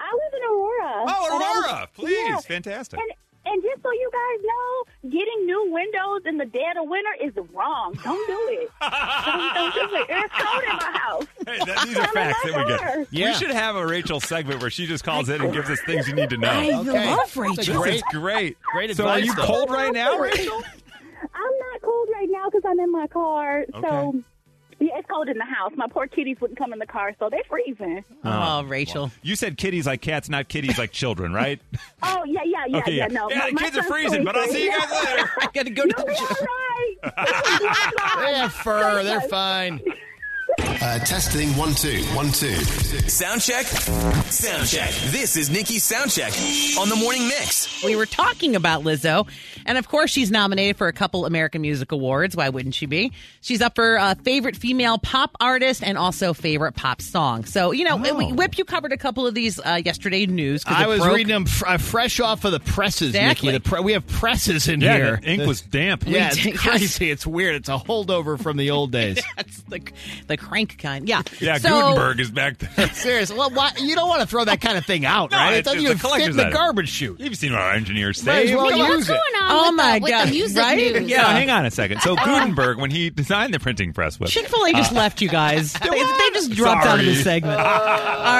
Speaker 12: I live in Aurora.
Speaker 1: Oh, Aurora,
Speaker 12: And-
Speaker 1: please,
Speaker 12: yeah.
Speaker 1: fantastic.
Speaker 12: And, and just so you guys know, getting new windows in the dead of winter is wrong. Don't do
Speaker 1: *laughs*
Speaker 12: it. don't, don't do it. There's cold in my house.
Speaker 1: Hey, that- these are facts that we get.
Speaker 4: Yeah.
Speaker 1: We should have a Rachel segment where she just calls in and gives us things you need to know.
Speaker 2: I
Speaker 4: Okay.
Speaker 2: love
Speaker 4: That's a
Speaker 2: Rachel.
Speaker 1: This is great.
Speaker 4: Great
Speaker 1: so are
Speaker 4: advice,
Speaker 1: you
Speaker 4: though.
Speaker 1: cold right now, Rachel?
Speaker 12: I'm not cold right now because I'm in my car. So,
Speaker 10: yeah, it's cold in the house. My poor kitties wouldn't come in the car, so they're freezing.
Speaker 1: Oh, Rachel. You said kitties like cats, not kitties like children, right?
Speaker 10: Oh yeah, yeah, yeah,
Speaker 1: Okay,
Speaker 10: yeah.
Speaker 1: yeah.
Speaker 10: No,
Speaker 1: Yeah,
Speaker 10: my,
Speaker 1: the
Speaker 10: my
Speaker 1: kids are
Speaker 10: son's
Speaker 1: freezing, but I'll see you guys
Speaker 10: freezing.
Speaker 1: later.
Speaker 2: *laughs* I got to go to the
Speaker 10: gym.
Speaker 1: They have fur. They're fine.
Speaker 5: Uh, testing one two one two. Sound check. Sound check. This is Nikki's sound check on the morning mix.
Speaker 2: *laughs* We were talking about Lizzo, and of course, she's nominated for a couple American Music Awards. Why wouldn't she be? She's up for uh, favorite female pop artist and also favorite pop song. So, you know, we- Whip, you covered a couple of these uh, yesterday in news. 'cause
Speaker 4: Oh. I
Speaker 2: it
Speaker 4: was
Speaker 2: broke.
Speaker 4: reading them fr- uh, fresh off of the presses,
Speaker 2: Exactly.
Speaker 4: Nikki. The pre- we have presses in
Speaker 1: Yeah,
Speaker 4: here.
Speaker 1: the ink was damp.
Speaker 4: Yeah,
Speaker 2: *laughs*
Speaker 1: We did-
Speaker 4: it's crazy. It's *laughs* weird. It's a holdover from the old days.
Speaker 2: That's the, the crank kind. Yeah.
Speaker 1: Yeah,
Speaker 2: So-
Speaker 1: Gutenberg is back there. *laughs*
Speaker 4: Seriously, well, why, you don't want to throw that kind of thing out,
Speaker 1: No,
Speaker 4: right?
Speaker 1: it's-
Speaker 4: It doesn't
Speaker 1: it's a
Speaker 4: even fit
Speaker 1: collector's
Speaker 4: in the
Speaker 1: item.
Speaker 4: garbage chute.
Speaker 1: You've seen what our engineers
Speaker 4: Might as
Speaker 1: say.
Speaker 4: well
Speaker 1: Come
Speaker 4: use it.
Speaker 2: Oh my God.
Speaker 1: *laughs*
Speaker 2: right?
Speaker 1: Yeah, hang on a second.
Speaker 2: *laughs*
Speaker 1: So Gutenberg, when he designed the printing press, was
Speaker 2: Chick Fil A just
Speaker 1: Uh,
Speaker 2: left
Speaker 1: *laughs*
Speaker 2: you guys. They, they just dropped out of the
Speaker 1: Sorry. Uh.
Speaker 2: segment. All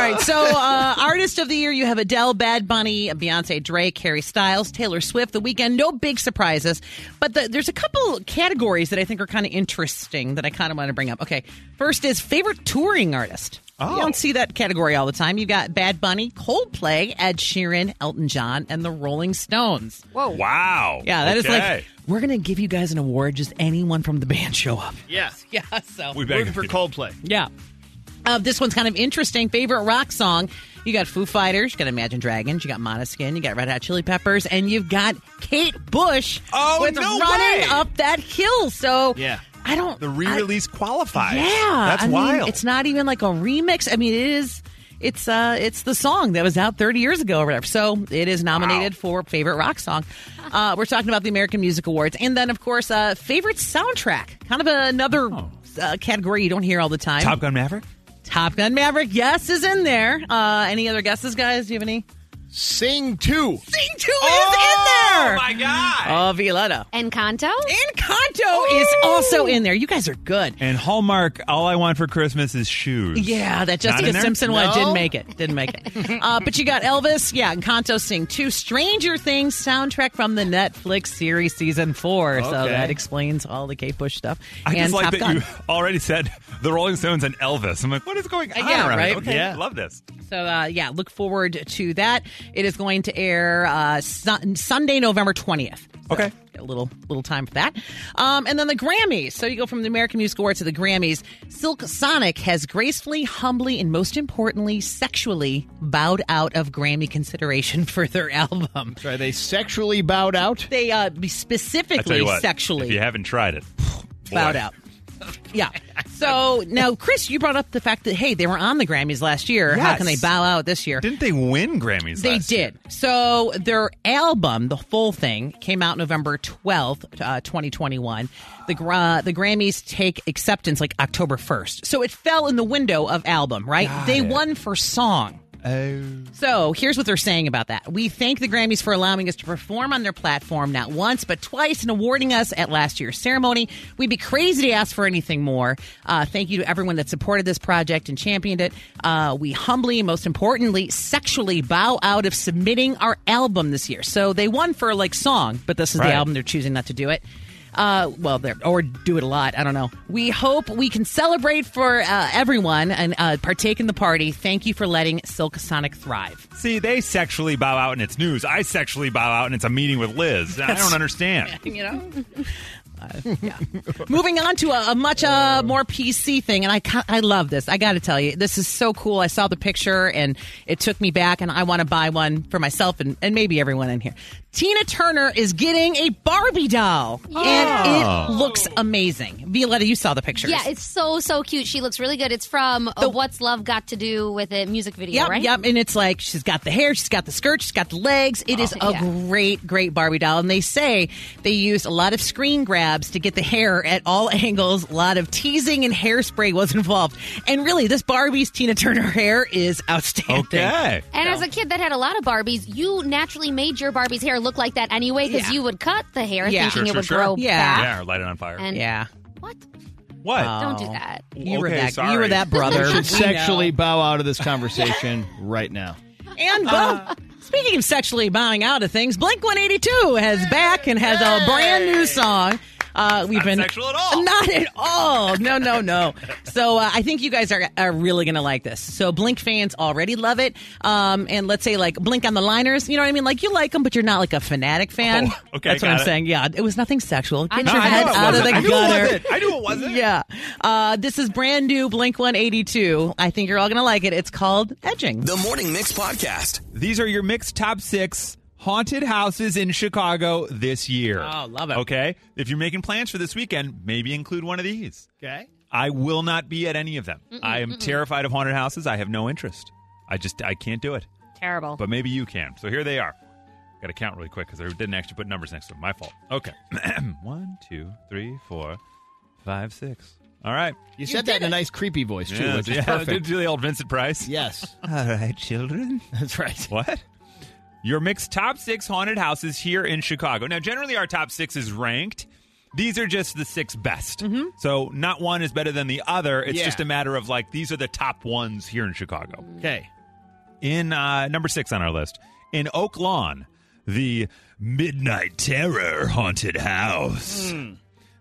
Speaker 2: right, so uh, artist of the year, you have Adele, Bad Bunny, Beyonce, Drake, Harry Styles, Taylor Swift. The weekend, no big surprises, but the, there's a couple categories that I think are kind of interesting that I kind of want to bring up. Okay, first is favorite touring artist.
Speaker 1: Oh.
Speaker 2: You don't see that category all the time. You've got Bad Bunny, Coldplay, Ed Sheeran, Elton John, and the Rolling Stones.
Speaker 3: Whoa!
Speaker 1: Wow.
Speaker 2: Oh. Yeah, that is
Speaker 1: Okay.
Speaker 2: like we're gonna give you guys an award. Just anyone from the band show up.
Speaker 4: Yes.
Speaker 2: *laughs* Yeah. So
Speaker 1: We beg
Speaker 4: Rooting for Coldplay.
Speaker 2: Yeah. Uh, this one's kind of interesting. Favorite rock song? You got Foo Fighters, you got Imagine Dragons, you got Monoskin, you got Red Hot Chili Peppers, and you've got Kate Bush
Speaker 1: Oh,
Speaker 2: with
Speaker 1: no
Speaker 2: running
Speaker 1: way.
Speaker 2: up that hill. So
Speaker 1: Yeah.
Speaker 2: I don't.
Speaker 1: The re-release qualifies.
Speaker 2: yeah,
Speaker 1: that's
Speaker 2: I mean,
Speaker 1: wild.
Speaker 2: It's not even like a remix. I mean, it is. It's uh, it's the song that was out 30 years ago or whatever. So it is nominated for favorite rock song. Uh, we're talking about the American Music Awards, and then of course, uh, favorite soundtrack. Kind of another uh, category you don't hear all the time.
Speaker 1: Top Gun Maverick.
Speaker 2: Top Gun Maverick, yes, is in there. Uh, any other guesses, guys? Do you have any?
Speaker 4: Sing two.
Speaker 2: Sing two is in there.
Speaker 1: my God.
Speaker 2: Oh, Violetta.
Speaker 3: Encanto?
Speaker 2: Encanto is also in there. You guys are good.
Speaker 1: And Hallmark, all I want for Christmas is shoes.
Speaker 2: Yeah,
Speaker 1: Not
Speaker 2: that
Speaker 1: in
Speaker 2: Jessica
Speaker 1: there?
Speaker 2: Simpson one didn't
Speaker 1: No.
Speaker 2: make it. Didn't make it. uh, but you got Elvis, yeah, Encanto Sing 2, Stranger Things soundtrack from the Netflix series season 4. So
Speaker 1: Okay.
Speaker 2: that explains all the Kate Bush stuff.
Speaker 1: I
Speaker 2: and
Speaker 1: just like
Speaker 2: Top
Speaker 1: that
Speaker 2: Gun.
Speaker 1: you *laughs* already said the Rolling Stones and Elvis. I'm like, what is going
Speaker 2: Uh,
Speaker 1: on?
Speaker 2: yeah,
Speaker 1: around here?
Speaker 2: right?
Speaker 1: Okay,
Speaker 2: Yeah.
Speaker 1: love this.
Speaker 2: So uh, yeah, look forward to that. It is going to air uh, Sun Sunday, November twentieth. okay, a little little time for that. Um, and then the Grammys. So you go from the American Music Awards to the Grammys. Silk Sonic has gracefully, humbly, and most importantly, sexually bowed out of Grammy consideration *laughs* for their album.
Speaker 4: Sorry, they sexually bowed out.
Speaker 2: They uh,
Speaker 1: I tell
Speaker 2: specifically
Speaker 1: you what,
Speaker 2: sexually
Speaker 1: If you haven't tried it,
Speaker 2: bowed
Speaker 1: boy.
Speaker 2: out. Yeah. So now, Chris, you brought up the fact that hey, they were on the Grammys last year. How
Speaker 1: Yes.
Speaker 2: can they bow out this year?
Speaker 1: Didn't they win Grammys?
Speaker 2: They
Speaker 1: last
Speaker 2: did.
Speaker 1: year?
Speaker 2: So their album, the full thing, came out November twelfth, uh, twenty twenty one. The Gra- uh, the Grammys take acceptance like October first, so it fell in the window of album. Right? they won for song. So here's what they're saying about that. We thank the Grammys for allowing us to perform on their platform not once, but twice and awarding us at last year's ceremony. We'd be crazy to ask for anything more. Uh, thank you to everyone that supported this project and championed it. Uh, we humbly, and most importantly, sexually bow out of submitting our album this year. So they won for like song, but this is
Speaker 13: Right.
Speaker 2: the album they're choosing not to do it uh, well, there or do it a lot. I don't know. We hope we can celebrate for uh, everyone and uh, partake in the party. Thank you for letting Silk Sonic thrive.
Speaker 1: See, they sexually bow out and it's news. I sexually bow out and it's a meeting with Liz. I don't
Speaker 2: *laughs*
Speaker 1: understand.
Speaker 2: You know. Uh, yeah. Moving on to a, a much uh, more PC thing, and I ca- I love this. I got to tell you, this is so cool. I saw the picture, and it took me back, and I want to buy one for myself and, and maybe everyone in here. Tina Turner is getting a Barbie doll, and it looks amazing. Violetta, you saw the picture.
Speaker 3: Yeah, it's so so cute. She looks really good. It's from uh What's Love Got to Do with It music video,
Speaker 2: Yep,
Speaker 3: right?
Speaker 2: yep. And it's like she's got the hair, she's got the skirt, she's got the legs. It is a great, great Barbie doll. And they say they used a lot of screen grabs to get the hair at all *laughs* angles. A lot of teasing and hairspray was involved. And really, this Barbie's Tina Turner hair is outstanding.
Speaker 1: Okay.
Speaker 3: And as a kid that had a lot of Barbies, you naturally made your Barbie's hair look like that anyway because
Speaker 2: Yeah.
Speaker 3: you would cut the hair thinking
Speaker 1: Sure,
Speaker 3: it
Speaker 1: sure,
Speaker 3: would
Speaker 1: sure.
Speaker 3: grow
Speaker 2: Ah.
Speaker 1: Yeah.
Speaker 3: back.
Speaker 1: or light it on fire.
Speaker 3: And-
Speaker 2: yeah.
Speaker 1: What?
Speaker 3: Don't do that.
Speaker 2: You were
Speaker 1: Okay,
Speaker 2: that.
Speaker 1: sorry.
Speaker 2: You
Speaker 1: *laughs*
Speaker 2: were that brother.
Speaker 4: You
Speaker 2: *laughs* We know.
Speaker 4: should sexually bow out of this conversation right now.
Speaker 13: Uh,
Speaker 2: and both. Speaking of sexually bowing out of things, Blink 182 has back and has a brand new song. Uh, we've been sexual at all. Not at all. No, no, no. so uh, I think you guys are are really gonna like this. So Blink fans already love it. Um, and let's say like Blink on the Liners. You know what I mean? Like you like them, but you're not like a fanatic fan.
Speaker 13: Oh, okay,
Speaker 2: that's what
Speaker 13: got
Speaker 2: I'm
Speaker 13: it.
Speaker 2: saying. Yeah, it was nothing sexual. Get
Speaker 13: No,
Speaker 2: your
Speaker 13: I knew
Speaker 2: head
Speaker 13: it
Speaker 2: out of
Speaker 13: wasn't.
Speaker 2: the
Speaker 13: I knew it
Speaker 2: gutter.
Speaker 13: wasn't. I knew it wasn't.
Speaker 2: Yeah. Uh, this is brand new Blink 182. I think you're all gonna like it. It's called Edging.
Speaker 1: The Morning Mix Podcast. These are your mixed top six haunted houses in Chicago this year.
Speaker 2: Oh, love it.
Speaker 1: Okay. If you're making plans for this weekend, maybe include one of these.
Speaker 4: Okay.
Speaker 1: I will not be at any of them. I am terrified of haunted houses. I have no interest. I just, I can't do it.
Speaker 3: Terrible.
Speaker 1: But maybe you can. So here they are. Got to count really quick because I didn't actually put numbers next to them. My fault. Okay. *clears throat* One, two, three, four, five, six. All right.
Speaker 4: You said that in a nice creepy voice too,
Speaker 1: Yeah,
Speaker 4: which is
Speaker 1: yeah, *laughs*
Speaker 4: perfect.
Speaker 1: did do the old Vincent Price.
Speaker 4: Yes.
Speaker 1: All right, children.
Speaker 4: That's right.
Speaker 1: *laughs* What? Your mixed top six haunted houses here in Chicago. Now, generally, our top six is ranked. These are just the six best. So, not one is better than the other. It's
Speaker 4: Mm-hmm. Yeah.
Speaker 1: just a matter of like, these are the top ones here in Chicago.
Speaker 4: Okay.
Speaker 1: In uh, number six on our list, in Oak Lawn, the Midnight Terror Haunted House.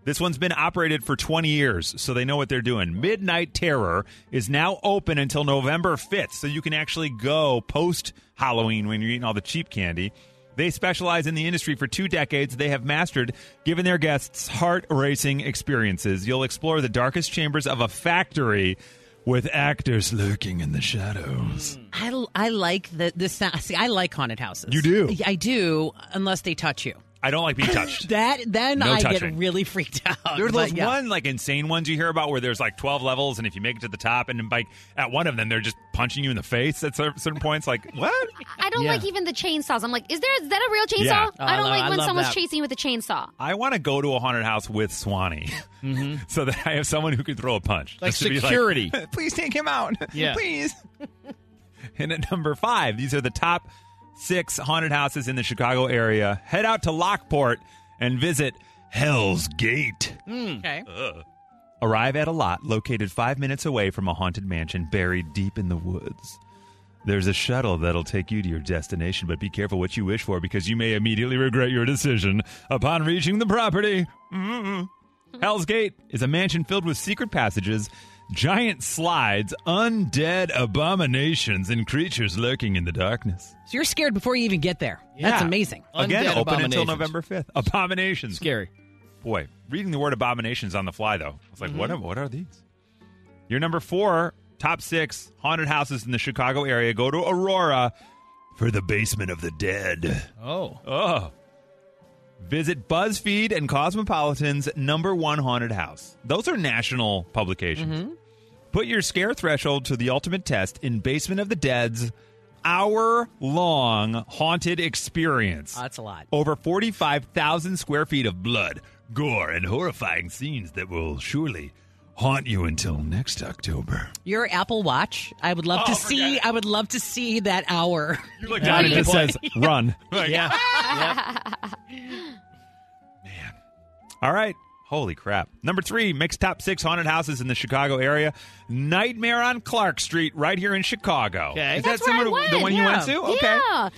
Speaker 1: This one's been operated for 20 years, so they know what they're doing. Midnight Terror is now open until November 5th, so you can actually go post Halloween when you're eating all the cheap candy. They specialize in the industry for two decades. They have mastered giving their guests heart racing experiences. You'll explore the darkest chambers of a factory with actors lurking in the shadows.
Speaker 2: I, I like the this sound. See, I like haunted houses.
Speaker 1: You do?
Speaker 2: I do, unless they touch you.
Speaker 1: I don't like being *laughs* touched.
Speaker 2: That then
Speaker 1: No
Speaker 2: I
Speaker 1: touching.
Speaker 2: get really freaked *laughs* out.
Speaker 1: There's
Speaker 2: But
Speaker 1: those
Speaker 2: yeah.
Speaker 1: one like insane ones you hear about where there's like 12 levels, and if you make it to the top, and like at one of them they're just punching you in the face at cer- certain points. Like what?
Speaker 3: I don't
Speaker 1: Yeah.
Speaker 3: like even the chainsaws. I'm like, is there is that a real chainsaw?
Speaker 1: Yeah. Oh,
Speaker 3: I
Speaker 1: I
Speaker 3: don't
Speaker 1: love-
Speaker 3: like
Speaker 1: I
Speaker 3: when
Speaker 1: love
Speaker 3: someone's
Speaker 1: that.
Speaker 3: chasing you with a chainsaw.
Speaker 1: I want to go to a haunted house with Swanee, *laughs* so that I have someone who can throw a punch.
Speaker 4: Mm-hmm. Like
Speaker 1: Just to be
Speaker 4: security.
Speaker 1: *laughs* Please take him out. *laughs*
Speaker 4: Yeah. *laughs*
Speaker 1: Please. and at number five, these are the top six haunted houses in the Chicago area. Head out to Lockport and visit Hell's Gate.
Speaker 2: Okay.
Speaker 1: Arrive at a lot located five minutes away from a haunted mansion buried deep in the woods. There's a shuttle that'll take you to your destination, but be careful what you wish for because you may immediately regret your decision upon reaching the property. Mm-mm. Hell's Gate is a mansion filled with secret passages, giant slides, undead abominations, and creatures lurking in the darkness.
Speaker 2: So you're scared before you even get there. That's
Speaker 1: Yeah.
Speaker 2: amazing.
Speaker 1: Again, open until November 5th. Abominations.
Speaker 4: Scary.
Speaker 1: Boy, reading the word abominations on the fly, though. I was like, what, am- what are these? Your number four, top six haunted houses in the Chicago area. Go to Aurora for the basement of the dead.
Speaker 4: Oh.
Speaker 1: Oh. Visit BuzzFeed and Cosmopolitan's number one haunted house. Those are national publications. Put your scare threshold to the ultimate test in Basement of the Dead's hour long haunted experience.
Speaker 2: Oh, that's a lot.
Speaker 1: Over 45,000 square feet of blood, gore, and horrifying scenes that will surely haunt you until next October.
Speaker 2: Your Apple Watch. I would love
Speaker 1: Oh,
Speaker 2: to see. I would love to see that hour. *laughs*
Speaker 1: You look down and it says run.
Speaker 4: yeah.
Speaker 1: All right. Holy crap. Number three, mixed top six haunted houses in the Chicago area. Nightmare on Clark Street, right here in Chicago. Is that
Speaker 3: That's where I
Speaker 1: similar to
Speaker 3: went.
Speaker 1: the one
Speaker 3: yeah.
Speaker 1: you went to? Okay.
Speaker 3: Yeah.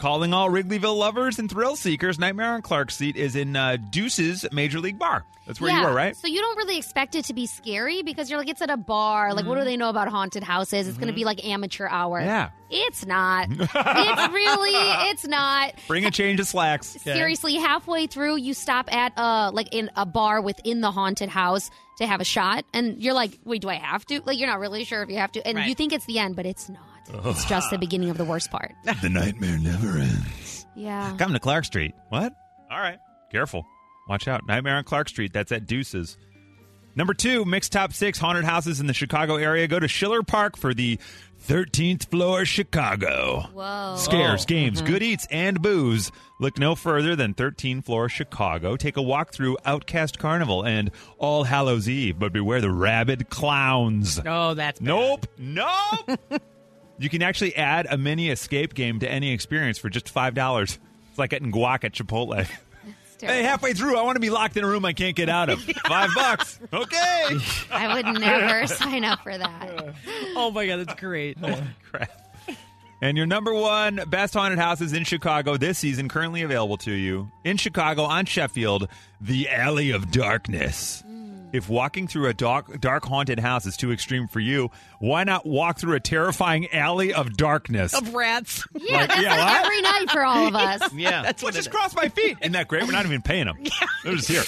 Speaker 1: Calling all Wrigleyville lovers and thrill seekers, Nightmare on Clark Street is in uh, Deuce's Major League Bar. That's where you
Speaker 3: Yeah.
Speaker 1: were, right?
Speaker 3: So you don't really expect it to be scary because you're like, it's at a bar. Like, what do they know about haunted houses? It's going to be like amateur hour.
Speaker 1: Mm-hmm. Yeah.
Speaker 3: It's
Speaker 1: *laughs*
Speaker 3: not. it's really, it's not.
Speaker 1: Bring a change of slacks.
Speaker 3: Seriously, halfway through, you stop at uh like in a bar within the haunted house to have a shot, and you're like, "Wait, do I have to?" Like, you're not really sure if you have to, and you think it's the end, but it's not.
Speaker 1: *laughs*
Speaker 3: It's just the beginning of the worst part.
Speaker 1: the nightmare never ends.
Speaker 3: Yeah.
Speaker 1: Come to Clark Street. What? All right. Careful. Watch out. Nightmare on Clark Street. That's at Deuces. Number two, mixed top six haunted houses in the Chicago area. Go to Schiller Park for the 13th floor Chicago.
Speaker 3: Whoa.
Speaker 1: *laughs* Scares, games, good eats, and booze. Look no further than 13th floor Chicago. Take a walk through Outcast Carnival and All Hallows Eve, but beware the rabid clowns.
Speaker 2: Oh, that's
Speaker 1: Nope. Nope. *laughs* you can actually add a mini escape game to any experience for just $5. It's like getting guac at Chipotle. *laughs* Hey, halfway through, I want to be locked in a room I can't get out of. Five bucks. Okay. *laughs*
Speaker 3: *laughs* I would never sign up for that.
Speaker 1: *laughs*
Speaker 2: Oh my god, that's great.
Speaker 1: crap. And your number one best haunted houses in Chicago this season, currently available to you in Chicago on Sheffield, the Alley of Darkness. If walking through a dark, dark haunted house is too extreme for you, why not walk through a terrifying alley of darkness?
Speaker 2: Of rats.
Speaker 3: Yeah,
Speaker 1: Like,
Speaker 3: that's
Speaker 1: yeah,
Speaker 3: like
Speaker 1: what?
Speaker 3: every night for all of us.
Speaker 1: that's what just crossed my feet. Isn't that great? We're not even paying them. They're just here.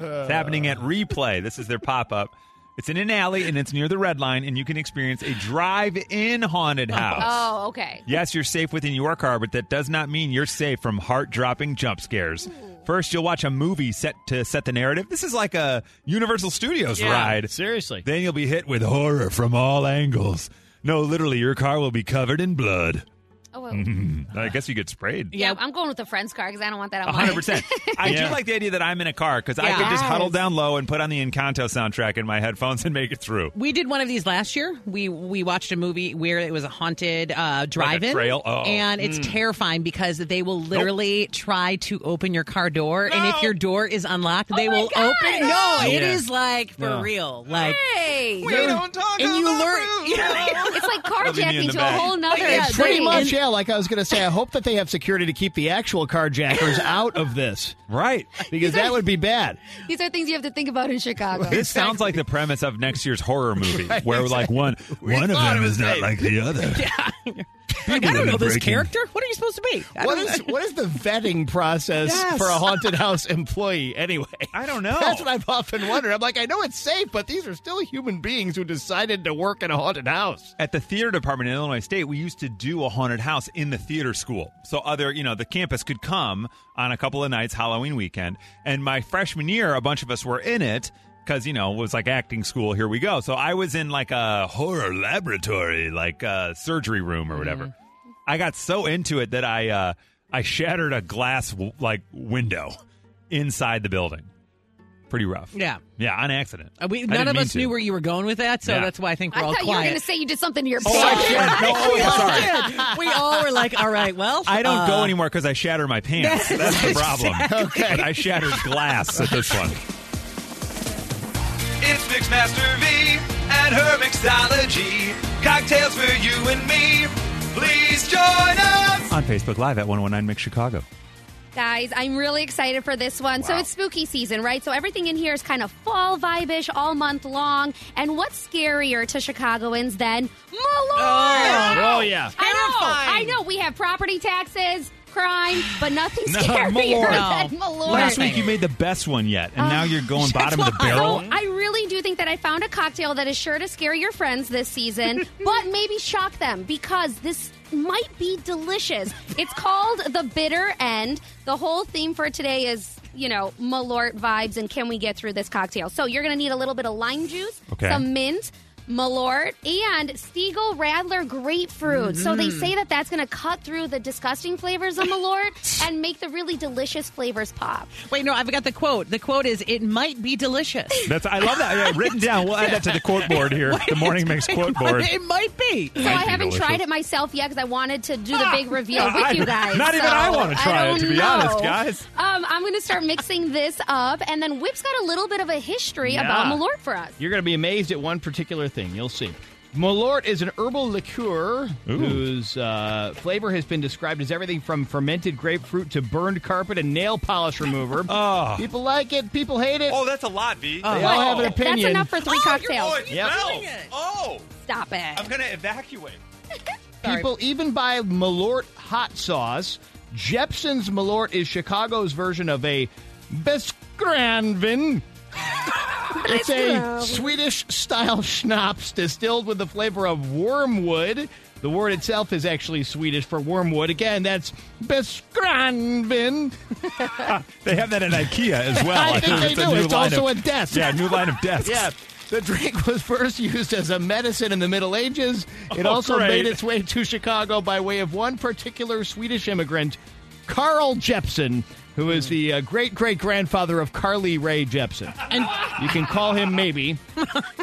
Speaker 1: It's happening at Replay. This is their pop up. It's in an alley and it's near the red line, and you can experience a drive in haunted house.
Speaker 3: Oh, okay.
Speaker 1: Yes, you're safe within your car, but that does not mean you're safe from heart dropping jump scares. First, you'll watch a movie set to set the narrative. This is like a Universal Studios
Speaker 4: Yeah,
Speaker 1: ride. Seriously. Then you'll be hit with horror from all angles. No, literally, your car will be covered in blood. *laughs*
Speaker 3: Oh, well, yeah.
Speaker 1: Mhm. I guess you get sprayed.
Speaker 3: I'm going with a friend's car because I don't want that on mine.
Speaker 4: *laughs*
Speaker 1: 100%. I
Speaker 4: Yeah.
Speaker 1: do like the idea that I'm in a car because I
Speaker 2: Yeah.
Speaker 1: could just
Speaker 2: Yes.
Speaker 1: huddle down low and put on the Encanto soundtrack in my headphones and make it through.
Speaker 2: We did one of these last year. We we watched a movie where it was a haunted uh, drive-in,
Speaker 1: trail? Oh.
Speaker 2: and it's
Speaker 1: Mm.
Speaker 2: terrifying because they will literally try to open your car door, and if your door is unlocked,
Speaker 3: Oh
Speaker 2: they will open. No, it
Speaker 3: Yeah.
Speaker 2: is like for
Speaker 3: No.
Speaker 2: real, like
Speaker 3: Hey,
Speaker 2: We don't
Speaker 3: talk
Speaker 2: and you learn.
Speaker 3: *laughs* it's like
Speaker 4: That'll be me
Speaker 3: carjacking
Speaker 4: in the
Speaker 3: to a
Speaker 4: back.
Speaker 3: whole nother.
Speaker 4: Yeah, pretty
Speaker 3: thing.
Speaker 4: much,
Speaker 3: And-
Speaker 4: yeah. Like I was going to say, I hope that they have security to keep the actual
Speaker 2: *laughs*
Speaker 4: carjackers out of this.
Speaker 1: Right.
Speaker 4: Because that would be bad.
Speaker 3: These are things you have to think about in Chicago.
Speaker 1: This sounds like the premise of next year's horror movie,
Speaker 4: *laughs* Right,
Speaker 1: where like one one of
Speaker 4: thought it
Speaker 1: them
Speaker 4: was
Speaker 1: is not
Speaker 4: safe.
Speaker 1: like the
Speaker 4: *laughs*
Speaker 1: other.
Speaker 2: like, I
Speaker 4: have
Speaker 2: don't know
Speaker 4: been
Speaker 2: this
Speaker 4: breaking-
Speaker 2: character. What are you supposed to be? I
Speaker 4: What
Speaker 2: don't-
Speaker 4: is what is the vetting process
Speaker 2: *laughs* Yes.
Speaker 4: for a haunted house employee anyway?
Speaker 1: I
Speaker 4: *laughs*
Speaker 1: don't know.
Speaker 4: That's what I've often wondered. I'm like, I know it's safe, but these are still human beings who decided to work in a haunted house.
Speaker 1: At the theater department in Illinois State, we used to do a haunted house in the theater school. So other, you know, the campus could come on a couple of nights Halloween weekend. And my freshman year, a bunch of us were in it because, you know, it was like acting school, here we go. So I was in like a horror laboratory, like a surgery room or whatever.
Speaker 2: Mm-hmm.
Speaker 1: I got so into it that I uh I shattered a glass w- like window inside the building. Pretty rough.
Speaker 2: Yeah.
Speaker 1: Yeah, on accident.
Speaker 2: Uh, We,
Speaker 1: I
Speaker 2: none
Speaker 1: didn't
Speaker 2: of
Speaker 1: mean
Speaker 2: us
Speaker 1: to.
Speaker 2: knew where you were going with that, so
Speaker 1: Yeah.
Speaker 2: that's why I think
Speaker 3: I
Speaker 2: we're all
Speaker 3: thought you were going to
Speaker 2: quiet.
Speaker 3: say you did something to your
Speaker 1: Oh, I can't. No, oh,
Speaker 2: we, all
Speaker 1: sorry.
Speaker 3: *laughs*
Speaker 2: did. we all were like, all right, well.
Speaker 1: I don't
Speaker 2: uh,
Speaker 1: go anymore because I shatter my pants.
Speaker 2: Yes,
Speaker 1: That's the problem.
Speaker 2: exactly.
Speaker 1: But I shattered glass at this one. It's Mixmaster V and her mixology. Cocktails for you and me. Please join us on Facebook Live at 119 Mix Chicago.
Speaker 3: Guys, I'm really excited for this one. So it's spooky season, right? So everything in here is kind of fall vibe-ish all month long. And what's scarier to Chicagoans than Malort?
Speaker 4: Oh,
Speaker 3: Oh,
Speaker 4: oh, yeah.
Speaker 3: I know. I know. We have property taxes, crime, but nothing
Speaker 1: *sighs* No,
Speaker 3: scarier
Speaker 1: Malort.
Speaker 3: than Malort.
Speaker 1: Last week you made the best one yet, and now you're going bottom of the barrel.
Speaker 3: So I really do think that I found a cocktail that is sure to scare your friends this season, but maybe shock them because this might be delicious. It's called the bitter end. The whole theme for today is, you know, Malort vibes and can we get through this cocktail? So you're going to need a little bit of lime juice,
Speaker 13: Okay.
Speaker 3: some mint, Malort and Stiegel Radler grapefruit. So they say that that's going to cut through the disgusting flavors of Malort and make the really delicious flavors pop.
Speaker 2: Wait, no, I've got the quote. The quote is, it might be delicious.
Speaker 1: That's I love that. Yeah, written down. We'll add that to the quote board here. The morning mix quote board.
Speaker 2: *laughs* It might be.
Speaker 3: So I haven't tried it myself yet because I wanted to do the big reveal
Speaker 1: Ah,
Speaker 3: with
Speaker 1: *laughs* I-
Speaker 3: you guys.
Speaker 1: not even I
Speaker 3: so
Speaker 1: wanna try it,
Speaker 3: don't
Speaker 1: to be
Speaker 3: know.
Speaker 1: honest, guys.
Speaker 3: Um, I'm going to start mixing this up, and then Whip's got a little bit of a history
Speaker 4: Yeah.
Speaker 3: about Malort for us.
Speaker 4: You're going to be amazed at one particular thing. You'll see. Malort is an herbal liqueur whose uh, flavor has been described as everything from fermented grapefruit to burned carpet and nail polish remover.
Speaker 1: Oh.
Speaker 4: People like it. People hate it.
Speaker 1: Oh, that's a lot, V.
Speaker 4: They all have an opinion.
Speaker 3: That's enough for three cocktails.
Speaker 4: Yep.
Speaker 1: Oh,
Speaker 3: Stop it.
Speaker 1: I'm gonna evacuate.
Speaker 4: People even buy Malort hot sauce. Jepson's Malort is Chicago's version of a Beskranvin. it's a Swedish style *laughs* schnapps distilled with the flavor of wormwood. The word itself is actually Swedish for wormwood. Again, that's Beskranvin.
Speaker 1: They have that at IKEA as well.
Speaker 4: I
Speaker 1: heard
Speaker 4: think they
Speaker 1: a
Speaker 4: do.
Speaker 1: new
Speaker 4: It's
Speaker 1: line
Speaker 4: also
Speaker 1: of-
Speaker 4: a desk.
Speaker 1: Yeah, new line of desks.
Speaker 4: Yeah. The drink was first used as a medicine in the Middle Ages. It
Speaker 1: Oh,
Speaker 4: also
Speaker 1: great.
Speaker 4: made its way to Chicago by way of one particular Swedish immigrant, Carl Jepsen, who
Speaker 1: Hmm.
Speaker 4: is the uh, great great grandfather of Carly Ray Jepsen. And you can call him maybe,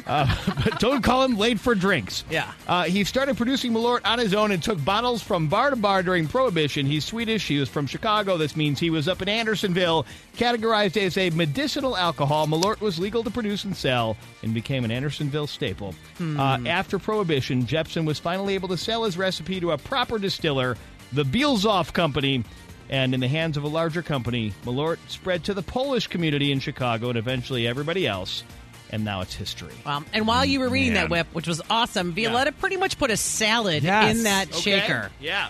Speaker 4: uh, but don't call him late for drinks.
Speaker 2: Yeah.
Speaker 4: Uh, he started producing Malort on his own and took bottles from bar to bar during Prohibition. He's Swedish. He was from Chicago. This means he was up in Andersonville, categorized as a medicinal alcohol. Malort was legal to produce and sell and became an Andersonville staple.
Speaker 13: Hmm.
Speaker 4: Uh, after Prohibition, Jepson was finally able to sell his recipe to a proper distiller, the Bielzoff Company. And in the hands of a larger company, Malort spread to the Polish community in Chicago and eventually everybody else. And now it's history.
Speaker 2: Um, and while you were reading that
Speaker 4: Man.
Speaker 2: whip, which was awesome, Violetta pretty much put a salad
Speaker 1: Yes.
Speaker 2: in that
Speaker 1: Okay.
Speaker 2: shaker.
Speaker 4: Yeah.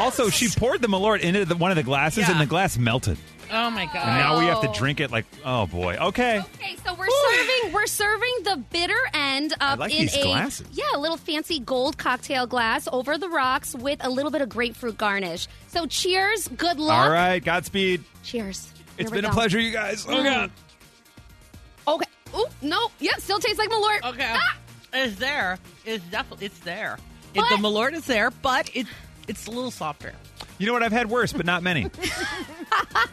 Speaker 1: also, she poured the Malort into the, one of the glasses, and the glass melted.
Speaker 2: Oh my god!
Speaker 1: And now we have to drink it like, oh boy, okay.
Speaker 3: Okay, so we're serving we're serving the bitter end up
Speaker 1: like
Speaker 3: in
Speaker 1: these
Speaker 3: a
Speaker 1: glasses.
Speaker 3: yeah, a little fancy gold cocktail glass over the rocks with a little bit of grapefruit garnish. So cheers, good luck.
Speaker 1: All right, Godspeed.
Speaker 3: Cheers. Here
Speaker 1: It's
Speaker 3: we
Speaker 1: been a
Speaker 3: go.
Speaker 1: pleasure, you guys. Oh
Speaker 3: Mm.
Speaker 1: god.
Speaker 3: Okay. Ooh, no. Yep, still tastes like Malort. Ah!
Speaker 2: Okay. It's there. It's definitely it's there. It, the Malort is there, but it it's a little softer.
Speaker 1: You know what? I've had worse, but not
Speaker 3: *laughs*
Speaker 1: many. I've had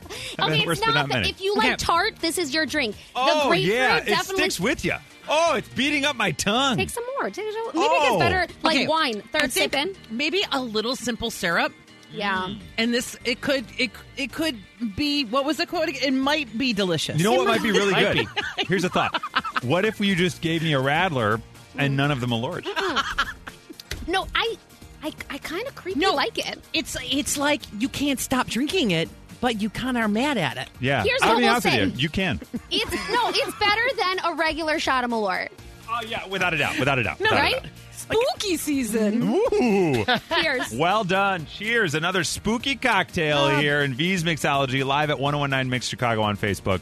Speaker 3: Okay,
Speaker 1: worse,
Speaker 3: it's
Speaker 1: but
Speaker 3: not
Speaker 1: not
Speaker 3: that
Speaker 1: many.
Speaker 3: if you like tart, this is your drink. the
Speaker 1: oh
Speaker 3: grapefruit
Speaker 1: yeah, it
Speaker 3: definitely
Speaker 1: sticks with you. Oh, it's beating up my tongue.
Speaker 3: Take some more. Take some, maybe it
Speaker 1: Oh.
Speaker 3: gets better like
Speaker 2: Okay.
Speaker 3: wine.
Speaker 2: I
Speaker 3: Third
Speaker 2: think
Speaker 3: sip in.
Speaker 2: Maybe a little simple syrup.
Speaker 3: Yeah.
Speaker 1: Mm.
Speaker 2: And this it could it it could be what was the quote? It might be delicious.
Speaker 1: You know what might be
Speaker 3: *laughs*
Speaker 1: really good? Here's a thought. What if you just gave me a Rattler
Speaker 3: Mm.
Speaker 1: and none of the Malort?
Speaker 3: Uh-uh. No, I I, I kind of creepy
Speaker 2: No.
Speaker 3: like it.
Speaker 2: It's it's like you can't stop drinking it, but you kind of are mad at it.
Speaker 1: Yeah.
Speaker 3: Here's
Speaker 1: I'll
Speaker 3: what
Speaker 1: be
Speaker 3: we'll
Speaker 1: honest with
Speaker 3: say.
Speaker 1: you. You
Speaker 3: *laughs*
Speaker 1: can.
Speaker 3: It's no, it's better than a regular shot of Malort.
Speaker 1: Oh, yeah, without a doubt. Without a doubt.
Speaker 3: No,
Speaker 1: without a
Speaker 3: right? Spooky season.
Speaker 1: doubt. Ooh.
Speaker 3: Cheers.
Speaker 1: Well done. Cheers. Another spooky cocktail here in V's Mixology live at 1019 Mix Chicago on Facebook.